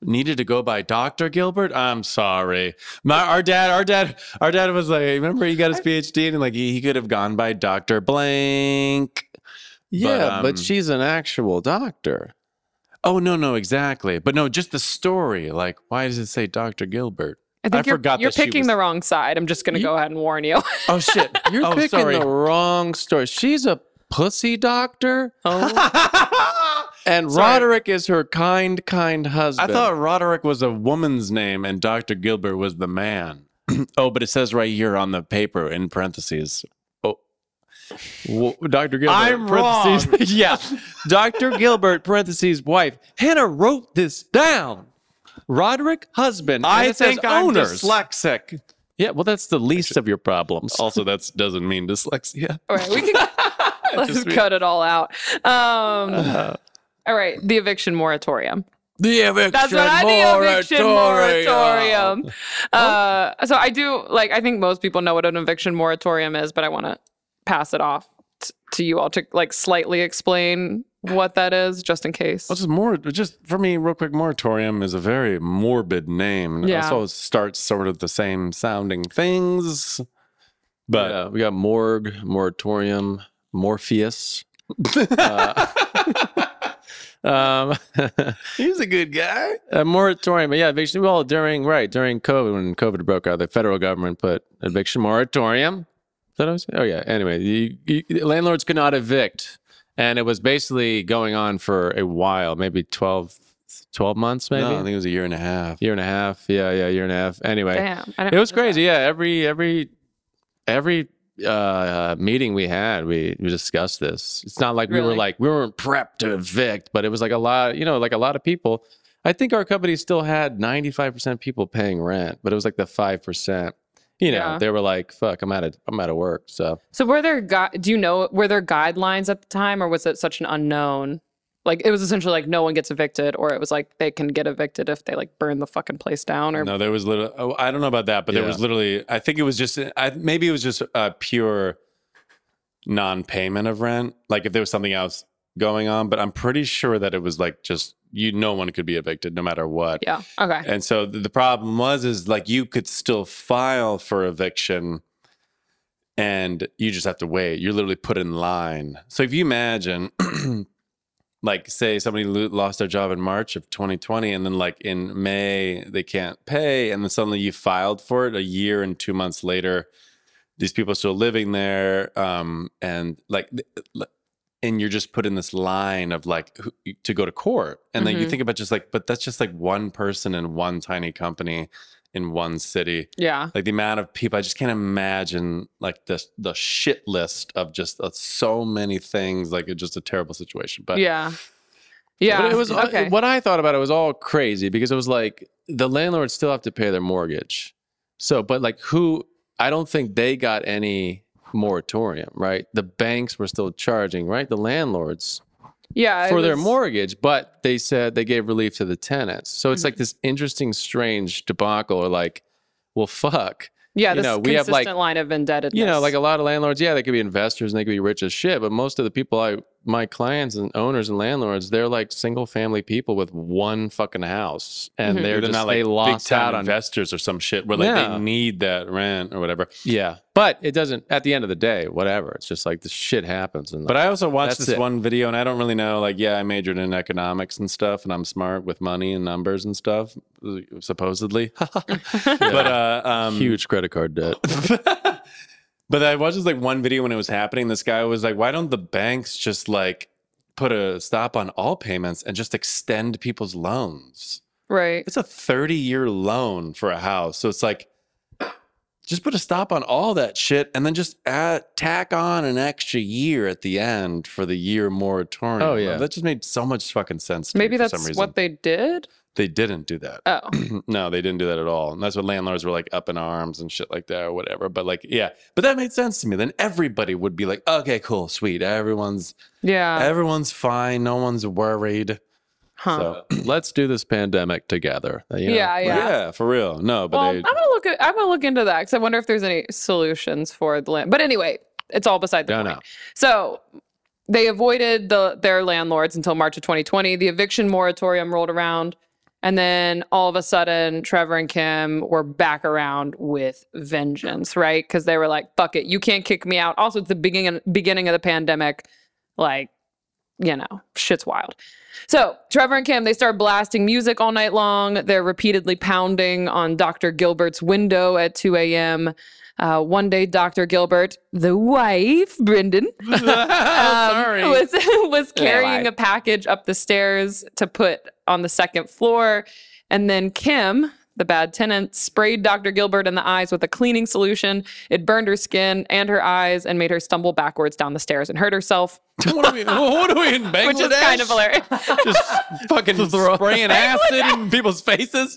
[SPEAKER 4] needed to go by Doctor Gilbert. I'm sorry, my our dad, our dad, our dad was like, remember he got his PhD and like he, he could have gone by Doctor Blank.
[SPEAKER 10] Yeah, but,
[SPEAKER 4] um,
[SPEAKER 10] she's an actual doctor.
[SPEAKER 4] Oh no, no, exactly. But no, just the story. Like, why does it say Doctor Gilbert?
[SPEAKER 11] I think you're,
[SPEAKER 4] forgot
[SPEAKER 11] you're
[SPEAKER 4] that she
[SPEAKER 11] picking
[SPEAKER 4] was-
[SPEAKER 11] the wrong side. I'm just going to
[SPEAKER 10] You-
[SPEAKER 11] go ahead and warn you.
[SPEAKER 4] Oh shit,
[SPEAKER 10] You're
[SPEAKER 4] oh,
[SPEAKER 10] picking
[SPEAKER 4] sorry.
[SPEAKER 10] the wrong story. She's a pussy doctor.
[SPEAKER 4] Oh.
[SPEAKER 10] and
[SPEAKER 4] Sorry.
[SPEAKER 10] Roderick is her kind, kind
[SPEAKER 4] I
[SPEAKER 10] husband.
[SPEAKER 4] thought Roderick was a woman's name and Dr. Gilbert was the man. oh, but it says right here on the paper in parentheses. Oh,
[SPEAKER 10] Well, Dr. Gilbert.
[SPEAKER 4] I'm
[SPEAKER 10] parentheses- yeah. Dr. Gilbert, parentheses, wife. Hannah wrote this down. Roderick, husband. and
[SPEAKER 4] I
[SPEAKER 10] it says
[SPEAKER 4] think I'm
[SPEAKER 10] owners.
[SPEAKER 4] dyslexic.
[SPEAKER 10] yeah, well, that's the least of your problems.
[SPEAKER 4] Also, that doesn't mean dyslexia.
[SPEAKER 11] All right, we can let's
[SPEAKER 4] Just me. Uh-huh.
[SPEAKER 11] cut it all out. Um, all right, the eviction moratorium.
[SPEAKER 10] The eviction
[SPEAKER 11] That's what I the eviction moratorium. Uh, so I do like I think most people know what an eviction moratorium is, but I want to pass it off t- to you all to like slightly explain what that is, just in case.
[SPEAKER 4] Well, just more, just for me, real quick. Moratorium is a very morbid name.
[SPEAKER 11] Yeah.
[SPEAKER 4] So it starts sort of the same sounding things, but
[SPEAKER 10] yeah, we got morgue, moratorium, Morpheus. Uh, um,
[SPEAKER 4] he's a good guy.
[SPEAKER 10] a moratorium, but yeah, eviction. Well, during right during COVID, when COVID broke out, the federal government put eviction moratorium. Is that what I was oh yeah. Anyway, you, you, landlords could not evict, and it was basically going on for a while, maybe 12, 12 months, maybe
[SPEAKER 4] No, I think it was a year and a half.
[SPEAKER 10] year and a half. Yeah, yeah, year and a half. Anyway,
[SPEAKER 11] Damn, I didn't
[SPEAKER 10] it was
[SPEAKER 11] realize
[SPEAKER 10] crazy. Yeah, every every every uh meeting we had, we we discussed this. It's not like we were
[SPEAKER 11] Really?
[SPEAKER 10] like we weren't prepped to evict, but it was like a lot. You know, like a lot of people. I think our company still had ninety five percent people paying rent, but it was like the five percent. You know,
[SPEAKER 11] Yeah.
[SPEAKER 10] they were like, "Fuck, I'm out of I'm out of work." So
[SPEAKER 11] that. So were there gui- do you know were there guidelines at the time, or was it such an unknown? Like it was essentially like no one gets evicted, or it was like they can get evicted if they like burn the fucking place down, or
[SPEAKER 4] No, there was little. Oh, I don't know about that, but there
[SPEAKER 10] Yeah.
[SPEAKER 4] was literally. I think it was just. I maybe it was just a pure non-payment of rent. Like if there was something else going on, but I'm pretty sure that it was like just you. No one could be evicted, no matter what.
[SPEAKER 11] yeah, okay,
[SPEAKER 4] And so th- the problem was is like you could still file for eviction, and you just have to wait. You're literally put in line. So if you imagine. like say somebody lo- lost their job in March of 2020 and then like in May they can't pay and then suddenly you filed for it a year and 2 months later these people are still living there um and like th- l- and you're just put in this line of like who, to go to court and then you
[SPEAKER 11] Mhm.
[SPEAKER 4] think about just like but that's just like one person in one tiny company in one city
[SPEAKER 11] yeah.
[SPEAKER 4] like the amount of people i just can't imagine like the the shit list of just uh, so many things like it's just a terrible situation but
[SPEAKER 11] yeah Yeah.
[SPEAKER 4] But it was
[SPEAKER 11] okay.
[SPEAKER 4] what I thought about it was all crazy because it was like the landlords still have to pay their mortgage. So, but like who I don't think they got any moratorium, right? The banks were still charging, right? The landlords
[SPEAKER 11] yeah. it
[SPEAKER 4] for their
[SPEAKER 11] was-
[SPEAKER 4] mortgage, but they said they gave relief to the tenants. So it's
[SPEAKER 11] Mm-hmm.
[SPEAKER 4] like this interesting, strange debacle or like, well, fuck.
[SPEAKER 11] Yeah.
[SPEAKER 4] you
[SPEAKER 11] This
[SPEAKER 4] know, we have, like-
[SPEAKER 11] consistent line of indebtedness.
[SPEAKER 4] You know, like a lot of landlords, yeah, they could be investors and they could be rich as shit, but most of the people I my clients and owners and landlords, they're like single family people with one fucking house. And
[SPEAKER 11] Mhm.
[SPEAKER 4] they're,
[SPEAKER 10] They're
[SPEAKER 4] just
[SPEAKER 10] not
[SPEAKER 4] they
[SPEAKER 10] like big
[SPEAKER 4] lost out
[SPEAKER 10] time
[SPEAKER 4] on
[SPEAKER 10] investors or some shit where like
[SPEAKER 4] Yeah.
[SPEAKER 10] they need that rent or whatever.
[SPEAKER 4] Yeah. But it doesn't at the end of the day, whatever. It's just like the shit happens and
[SPEAKER 10] But I also watched
[SPEAKER 4] That's
[SPEAKER 10] this
[SPEAKER 4] it.
[SPEAKER 10] one video and I don't really know. Like, yeah, I majored in economics and stuff and I'm smart with money and numbers and stuff, supposedly. But uh, um,
[SPEAKER 4] huge credit card debt.
[SPEAKER 10] But I watched this like one video when it was happening. This guy was like, "Why don't the banks just like put a stop on all payments and just extend people's loans?"
[SPEAKER 11] right.
[SPEAKER 10] It's a thirty-year loan for a house, so it's like just put a stop on all that shit and then just add, tack on an extra year at the end for the year moratorium.
[SPEAKER 4] Oh, yeah.
[SPEAKER 10] that just made so much fucking sense. To me
[SPEAKER 11] Maybe
[SPEAKER 10] for
[SPEAKER 11] that's
[SPEAKER 10] some reason.
[SPEAKER 11] what they did.
[SPEAKER 10] they didn't do that.
[SPEAKER 11] Oh.
[SPEAKER 10] no, they didn't do that at all. And that's what landlords were like up in arms and shit like that or whatever. But like, yeah, but that made sense to me. Then everybody would be like, okay, cool, sweet. Everyone's
[SPEAKER 11] Yeah.
[SPEAKER 10] everyone's fine. No one's worried.
[SPEAKER 11] Huh.
[SPEAKER 4] So let's do this pandemic together. you know?
[SPEAKER 11] yeah.
[SPEAKER 10] Yeah,
[SPEAKER 11] Yeah.
[SPEAKER 10] for real. No, but
[SPEAKER 11] Well,
[SPEAKER 10] they
[SPEAKER 11] I'm gonna look at I'm gonna look into that because I wonder if there's any solutions for the land. But anyway, it's all beside the
[SPEAKER 4] No,
[SPEAKER 11] point.
[SPEAKER 4] no.
[SPEAKER 11] So they avoided the their landlords until March of 2020. The eviction moratorium rolled around, and then all of a sudden, Trevor and Kim were back around with vengeance, right? Because they were like, "Fuck it, you can't kick me out." Also, it's the beginning beginning of the pandemic, like you know, shit's wild. So Trevor and Kim, they start blasting music all night long. They're repeatedly pounding on Dr. Gilbert's window at 2 a.m. Uh, one day, Dr. Gilbert, the wife, Brendan,
[SPEAKER 4] Oh, Sorry.
[SPEAKER 11] Um, was was carrying
[SPEAKER 7] lie.
[SPEAKER 11] a package up the stairs to put on the second floor, and then Kim, the bad tenant, sprayed Dr. Gilbert in the eyes with a cleaning solution. It burned her skin and her eyes and made her stumble backwards down the stairs and hurt herself,
[SPEAKER 4] what, are we, what are we in Bangladesh?
[SPEAKER 11] which is kind of hilarious.
[SPEAKER 4] Just fucking spraying acid in people's faces.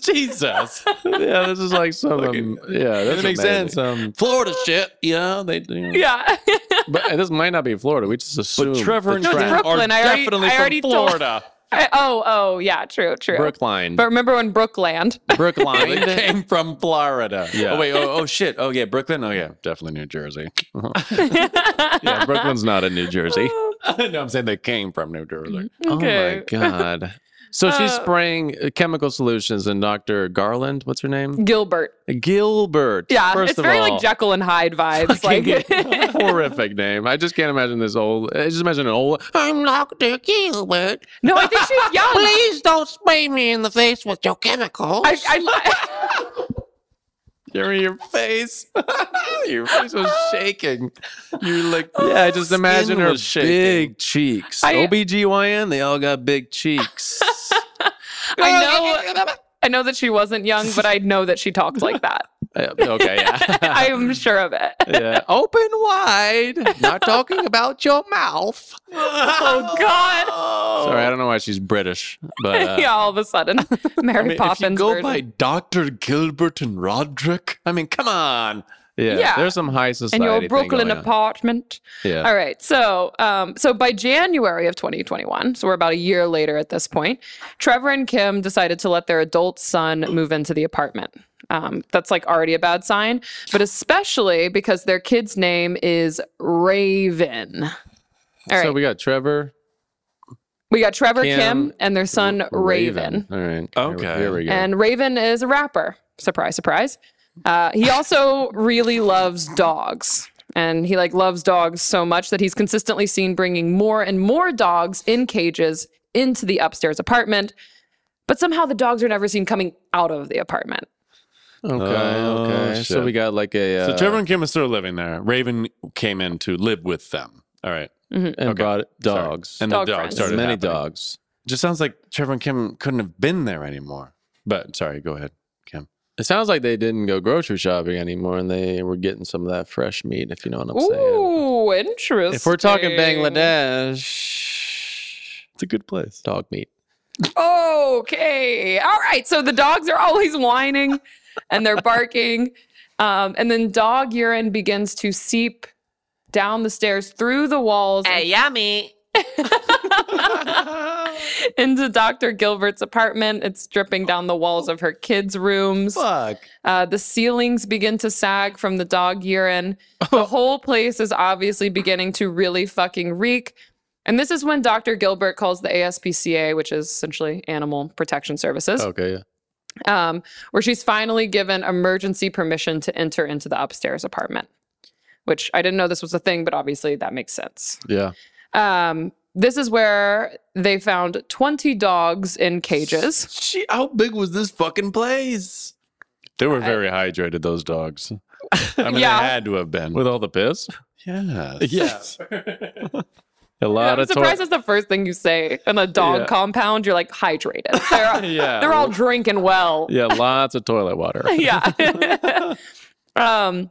[SPEAKER 4] Jesus. yeah, this is like some.
[SPEAKER 10] Fucking-
[SPEAKER 4] Um, yeah, that
[SPEAKER 10] makes
[SPEAKER 4] makes
[SPEAKER 10] sense.
[SPEAKER 4] sense. Um,
[SPEAKER 10] Florida shit. You know, they
[SPEAKER 11] yeah.
[SPEAKER 4] but this might not be Florida. We just assume.
[SPEAKER 10] But Trevor and
[SPEAKER 4] the
[SPEAKER 10] Trent
[SPEAKER 11] Trent
[SPEAKER 4] trend-
[SPEAKER 11] Brooklyn.
[SPEAKER 10] are
[SPEAKER 11] I already-
[SPEAKER 10] definitely
[SPEAKER 11] I already
[SPEAKER 10] from
[SPEAKER 11] told-
[SPEAKER 10] Florida.
[SPEAKER 11] I- oh, oh, yeah, true, true.
[SPEAKER 4] Brookline.
[SPEAKER 11] but remember when Brookland?
[SPEAKER 4] Brookline.
[SPEAKER 10] They came from Florida.
[SPEAKER 4] Yeah.
[SPEAKER 10] Oh wait. Oh, oh shit. Oh yeah. Brooklyn. Oh yeah.
[SPEAKER 4] Definitely New Jersey. yeah, Brooklyn's not in New Jersey.
[SPEAKER 10] no, I'm saying they came from New Jersey.
[SPEAKER 11] Oh. Mm-hmm. Okay.
[SPEAKER 4] Oh my god. So she's
[SPEAKER 11] Uh,
[SPEAKER 4] spraying uh, chemical solutions and Dr. Garland, what's her name?
[SPEAKER 11] Gilbert.
[SPEAKER 4] Gilbert.
[SPEAKER 11] Yeah,
[SPEAKER 4] first
[SPEAKER 11] it's
[SPEAKER 4] of
[SPEAKER 11] very
[SPEAKER 4] all,
[SPEAKER 11] like Jekyll and Hyde vibes. Like,
[SPEAKER 4] horrific name. I just can't imagine this old. I just imagine an old. I'm Doctor Gilbert.
[SPEAKER 11] no, I think she's young.
[SPEAKER 4] Please don't spray me in the face with your chemicals.
[SPEAKER 11] I, I, li-
[SPEAKER 4] Give me your face. your face was shaking. You like yeah. I just imagine her
[SPEAKER 10] was shaking.
[SPEAKER 4] big cheeks.
[SPEAKER 11] I-
[SPEAKER 4] OBGYN, they all got big cheeks. Oh,
[SPEAKER 11] I know. I know that she wasn't young, but I know that she talked like that.
[SPEAKER 4] Yeah, Uh, okay, yeah.
[SPEAKER 11] I am sure of it.
[SPEAKER 4] yeah. Open wide. Not talking about your mouth.
[SPEAKER 11] Oh God!
[SPEAKER 4] Sorry, I don't know why she's British, but uh,
[SPEAKER 11] yeah, all of a sudden, Mary
[SPEAKER 10] Oh. I mean, if you
[SPEAKER 11] Poppins.
[SPEAKER 10] go
[SPEAKER 11] version.
[SPEAKER 10] by Doctor Gilbert and Roderick, I mean, come on.
[SPEAKER 4] yeah,
[SPEAKER 11] Yeah.
[SPEAKER 4] there's some high
[SPEAKER 11] and
[SPEAKER 4] society.
[SPEAKER 11] your
[SPEAKER 10] oh,
[SPEAKER 4] thing
[SPEAKER 11] Brooklyn
[SPEAKER 4] going on.
[SPEAKER 11] apartment.
[SPEAKER 4] Yeah.
[SPEAKER 11] All right. So, um, so by January of 2021, so we're about a year later at this point, Trevor and Kim decided to let their adult son move into the apartment. Um, that's like already a bad sign, but especially because their kid's name is Raven. All right.
[SPEAKER 4] So
[SPEAKER 11] we,
[SPEAKER 4] we got Trevor,
[SPEAKER 11] got Trevor, Kim,
[SPEAKER 4] Kim,
[SPEAKER 11] and their son Raven.
[SPEAKER 4] All right.
[SPEAKER 10] Okay.
[SPEAKER 4] Here, we go.
[SPEAKER 11] And Raven is a rapper. Surprise, surprise. Uh, he also really loves dogs. And he like loves dogs so much that he's consistently seen bringing more and more dogs in cages into the upstairs apartment. But somehow the dogs are never seen coming out of the apartment.
[SPEAKER 4] okay.
[SPEAKER 10] Oh,
[SPEAKER 4] okay. So
[SPEAKER 10] shit.
[SPEAKER 4] we got like a uh,
[SPEAKER 10] So Trevor and Kim are still living there. Raven came in to live with them. All right.
[SPEAKER 4] and
[SPEAKER 10] okay.
[SPEAKER 4] brought
[SPEAKER 10] Sorry.
[SPEAKER 4] dogs
[SPEAKER 10] And
[SPEAKER 11] Dog
[SPEAKER 10] the dog
[SPEAKER 11] friends.
[SPEAKER 10] started.
[SPEAKER 4] many
[SPEAKER 10] happening.
[SPEAKER 4] dogs.
[SPEAKER 10] Just sounds like Trevor and Kim couldn't have been there anymore. But sorry, go ahead, Kim.
[SPEAKER 4] It sounds like they didn't go grocery shopping anymore, and they were getting some of that fresh meat. If you know what I'm saying.
[SPEAKER 11] Ooh, interesting.
[SPEAKER 4] If we're talking Bangladesh, it's a good place. Dog meat.
[SPEAKER 11] okay. All right. So the dogs are always whining and they're barking. Um, and then dog urine begins to seep down the stairs through the walls and-
[SPEAKER 6] yummy.
[SPEAKER 11] into Dr. Gilbert's apartment. It's dripping down the walls of her kids' rooms.
[SPEAKER 10] Fuck.
[SPEAKER 11] Uh, the ceilings begin to sag from the dog urine. The whole place is obviously beginning to really fucking reek. And this is when Dr. Gilbert calls the ASPCA, which is essentially Animal Protection Services,
[SPEAKER 10] Okay. Yeah.
[SPEAKER 11] um, where she's finally given emergency permission to enter into the upstairs apartment, which I didn't know this was a thing, but obviously that makes sense.
[SPEAKER 10] Yeah.
[SPEAKER 11] Um, this is where they found 20 dogs in cages.
[SPEAKER 10] She, how big was this fucking place?
[SPEAKER 4] They were very hydrated, those dogs.
[SPEAKER 10] I mean,
[SPEAKER 11] Yeah.
[SPEAKER 10] it had to have been.
[SPEAKER 4] With all the piss?
[SPEAKER 10] yeah.
[SPEAKER 4] Yes. a
[SPEAKER 11] Yeah,
[SPEAKER 4] lot
[SPEAKER 11] I'm
[SPEAKER 4] of toy-
[SPEAKER 11] surprised that's the first thing you say in a dog
[SPEAKER 4] Yeah.
[SPEAKER 11] compound. You're like hydrated. They're,
[SPEAKER 4] Yeah.
[SPEAKER 11] they're all drinking well.
[SPEAKER 4] Yeah, lots of toilet water.
[SPEAKER 11] yeah. um,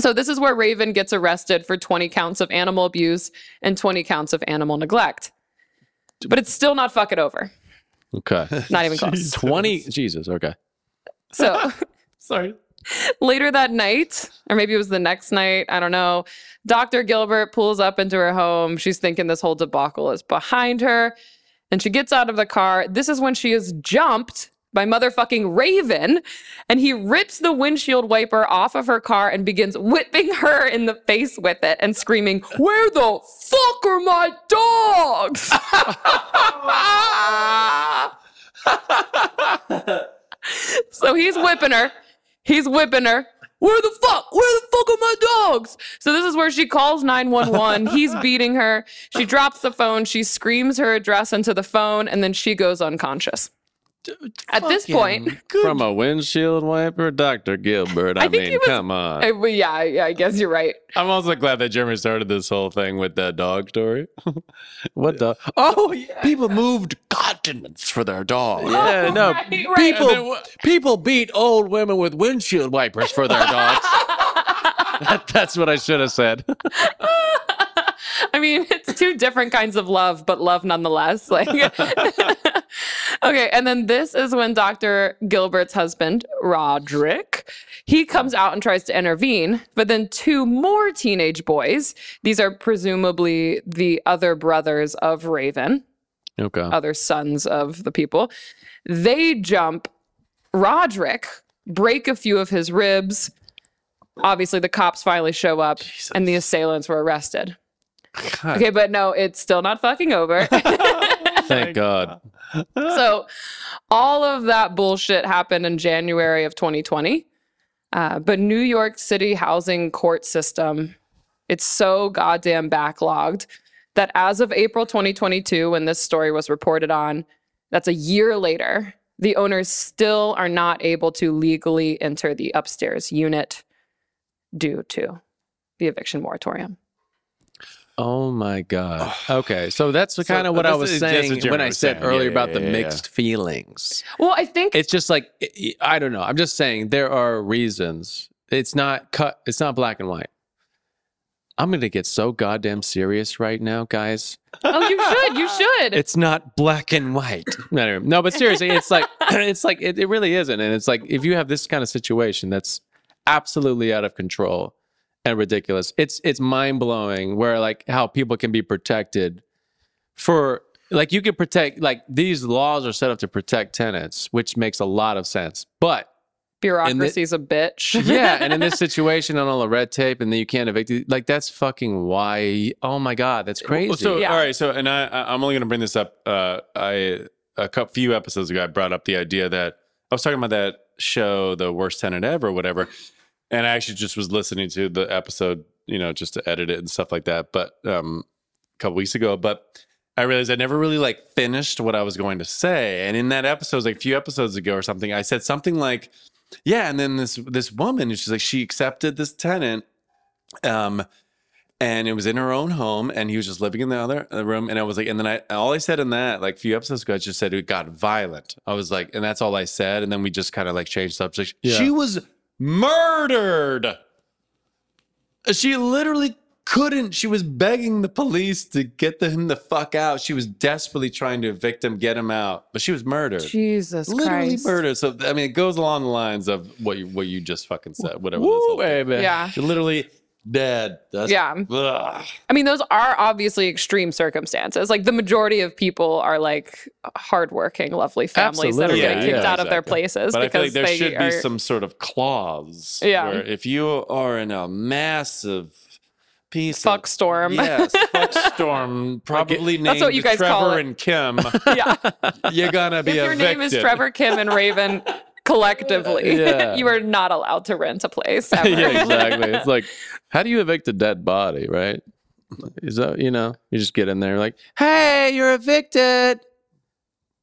[SPEAKER 11] so this is where Raven gets arrested for 20 counts of animal abuse and 20 counts of animal neglect. But it's still not fucking over.
[SPEAKER 4] Okay.
[SPEAKER 11] Not even close.
[SPEAKER 4] 20 Jesus, okay.
[SPEAKER 11] So
[SPEAKER 4] Sorry.
[SPEAKER 11] later that night, or maybe it was the next night, I don't know, Dr. Gilbert pulls up into her home. She's thinking this whole debacle is behind her. And she gets out of the car. This is when she is jumped by motherfucking Raven. And he rips the windshield wiper off of her car and begins whipping her in the face with it and screaming, Where the fuck are my dogs? so he's whipping her. He's whipping her. Where the fuck? Where the fuck are my dogs? So this is where she calls 911. He's beating her. She drops the phone. She screams her address into the phone, and then she goes unconscious. At this point,
[SPEAKER 4] From a windshield wiper, Dr. Gilbert. I,
[SPEAKER 11] I think
[SPEAKER 4] mean,
[SPEAKER 11] he was-
[SPEAKER 4] come on.
[SPEAKER 11] I, well, yeah, I, I guess you're right.
[SPEAKER 4] I'm also glad that Jeremy started this whole thing with that dog story.
[SPEAKER 10] What the? Oh, yeah.
[SPEAKER 4] People moved continents for their dog.
[SPEAKER 10] Yeah, no.
[SPEAKER 11] Right, right.
[SPEAKER 10] People,
[SPEAKER 4] And then wha-
[SPEAKER 10] people beat old women with windshield wipers for their dogs.
[SPEAKER 4] That- that's what I should have said.
[SPEAKER 11] I mean, it's two different kinds of love, but love nonetheless. Like, okay. And then this is when Dr. Gilbert's husband, Roderick, he comes out and tries to intervene. But then two more teenage boys, these are presumably the other brothers of Raven,
[SPEAKER 10] Okay.
[SPEAKER 11] other sons of the people, they jump Roderick, break a few of his ribs. Obviously, the cops finally show up and the assailants were arrested. Okay, but no, it's still not fucking over.
[SPEAKER 4] Thank God.
[SPEAKER 11] so, all of that bullshit happened in January of 2020. Uh, but New York City housing court system, it's so goddamn backlogged that as of April 2022, when this story was reported on, that's a year later, the owners still are not able to legally enter the upstairs unit due to the eviction moratorium.
[SPEAKER 10] Oh my God. Okay, so that's
[SPEAKER 4] So, uh,
[SPEAKER 10] kind of what
[SPEAKER 4] this
[SPEAKER 10] I was
[SPEAKER 4] is- that's
[SPEAKER 10] saying
[SPEAKER 4] what Jeremy
[SPEAKER 10] when I
[SPEAKER 4] was
[SPEAKER 10] said
[SPEAKER 4] saying.
[SPEAKER 10] earlier
[SPEAKER 4] Yeah,
[SPEAKER 10] about
[SPEAKER 4] yeah,
[SPEAKER 10] the
[SPEAKER 4] yeah, yeah.
[SPEAKER 10] mixed feelings.
[SPEAKER 11] Well, I think
[SPEAKER 10] It's just like I- I don't know. I'm just saying there are reasons. It's not cut. It's not black and white. I'm gonna get so goddamn serious right now, guys.
[SPEAKER 11] Oh, you should. You should.
[SPEAKER 10] It's not black and white. No, no, no, but seriously, it's like it's like it, it really isn't. And it's like if you have this kind of situation that's absolutely out of control and ridiculous, it's it's mind blowing where like how people can be protected for like you can protect like these laws are set up to protect tenants, which makes a lot of sense. But
[SPEAKER 11] Bureaucracy's a bitch.
[SPEAKER 10] yeah, and in this situation on all the red tape and then you can't evict it, like that's fucking why oh my god, that's crazy.
[SPEAKER 4] So
[SPEAKER 11] Yeah.
[SPEAKER 4] all right, so and I, I I'm only going to bring this up. Uh, I a couple few episodes ago, I brought up the idea that I was talking about that show, the worst tenant ever, or whatever. And I actually just was listening to the episode, you know, just to edit it and stuff like that. But um, a couple weeks ago, but I realized I never really like finished what I was going to say. And in that episode, it was like a few episodes ago or something, I said something like, "Yeah," and then this this woman, she's like, she accepted this tenant. Um, and it was in her own home and he was just living in the other the room and i was like and then i all i said in that like a few episodes ago i just said it got violent i was like and that's all i said and then we just kind of like changed subject
[SPEAKER 10] Yeah.
[SPEAKER 4] she was murdered she literally couldn't. She was begging the police to get the, him the fuck out. She was desperately trying to evict him, get him out, but she was murdered.
[SPEAKER 11] Jesus
[SPEAKER 4] Literally
[SPEAKER 11] Christ.
[SPEAKER 4] murdered. So I mean, it goes along the lines of what you, what you just fucking said. Whatever. this
[SPEAKER 10] Woo,
[SPEAKER 4] whole thing.
[SPEAKER 10] baby.
[SPEAKER 11] Yeah.
[SPEAKER 4] You're literally dead. That's,
[SPEAKER 11] Yeah.
[SPEAKER 4] Ugh.
[SPEAKER 11] I mean, those are obviously extreme circumstances. Like the majority of people are like hardworking, lovely families that are
[SPEAKER 10] Absolutely.
[SPEAKER 11] getting
[SPEAKER 4] Yeah,
[SPEAKER 11] kicked
[SPEAKER 4] yeah,
[SPEAKER 11] out of their
[SPEAKER 4] exactly.
[SPEAKER 11] places
[SPEAKER 4] But I
[SPEAKER 11] because
[SPEAKER 4] feel like there
[SPEAKER 11] they
[SPEAKER 4] should
[SPEAKER 11] are.
[SPEAKER 4] be some sort of clause.
[SPEAKER 11] Yeah.
[SPEAKER 4] Where if you are in a massive piece of-
[SPEAKER 11] Fuck storm.
[SPEAKER 4] Yes, fuck storm. Probably named
[SPEAKER 11] That's what you guys
[SPEAKER 4] Trevor
[SPEAKER 11] call it.
[SPEAKER 4] and Kim.
[SPEAKER 11] yeah.
[SPEAKER 4] You're gonna be
[SPEAKER 11] if your
[SPEAKER 4] evicted.
[SPEAKER 11] name is Trevor, Kim, and Raven collectively,
[SPEAKER 10] Yeah.
[SPEAKER 11] you are not allowed to rent a place ever.
[SPEAKER 10] yeah, exactly. It's like, how do you evict a dead body, right? Is that you know, you just get in there like, hey, you're evicted.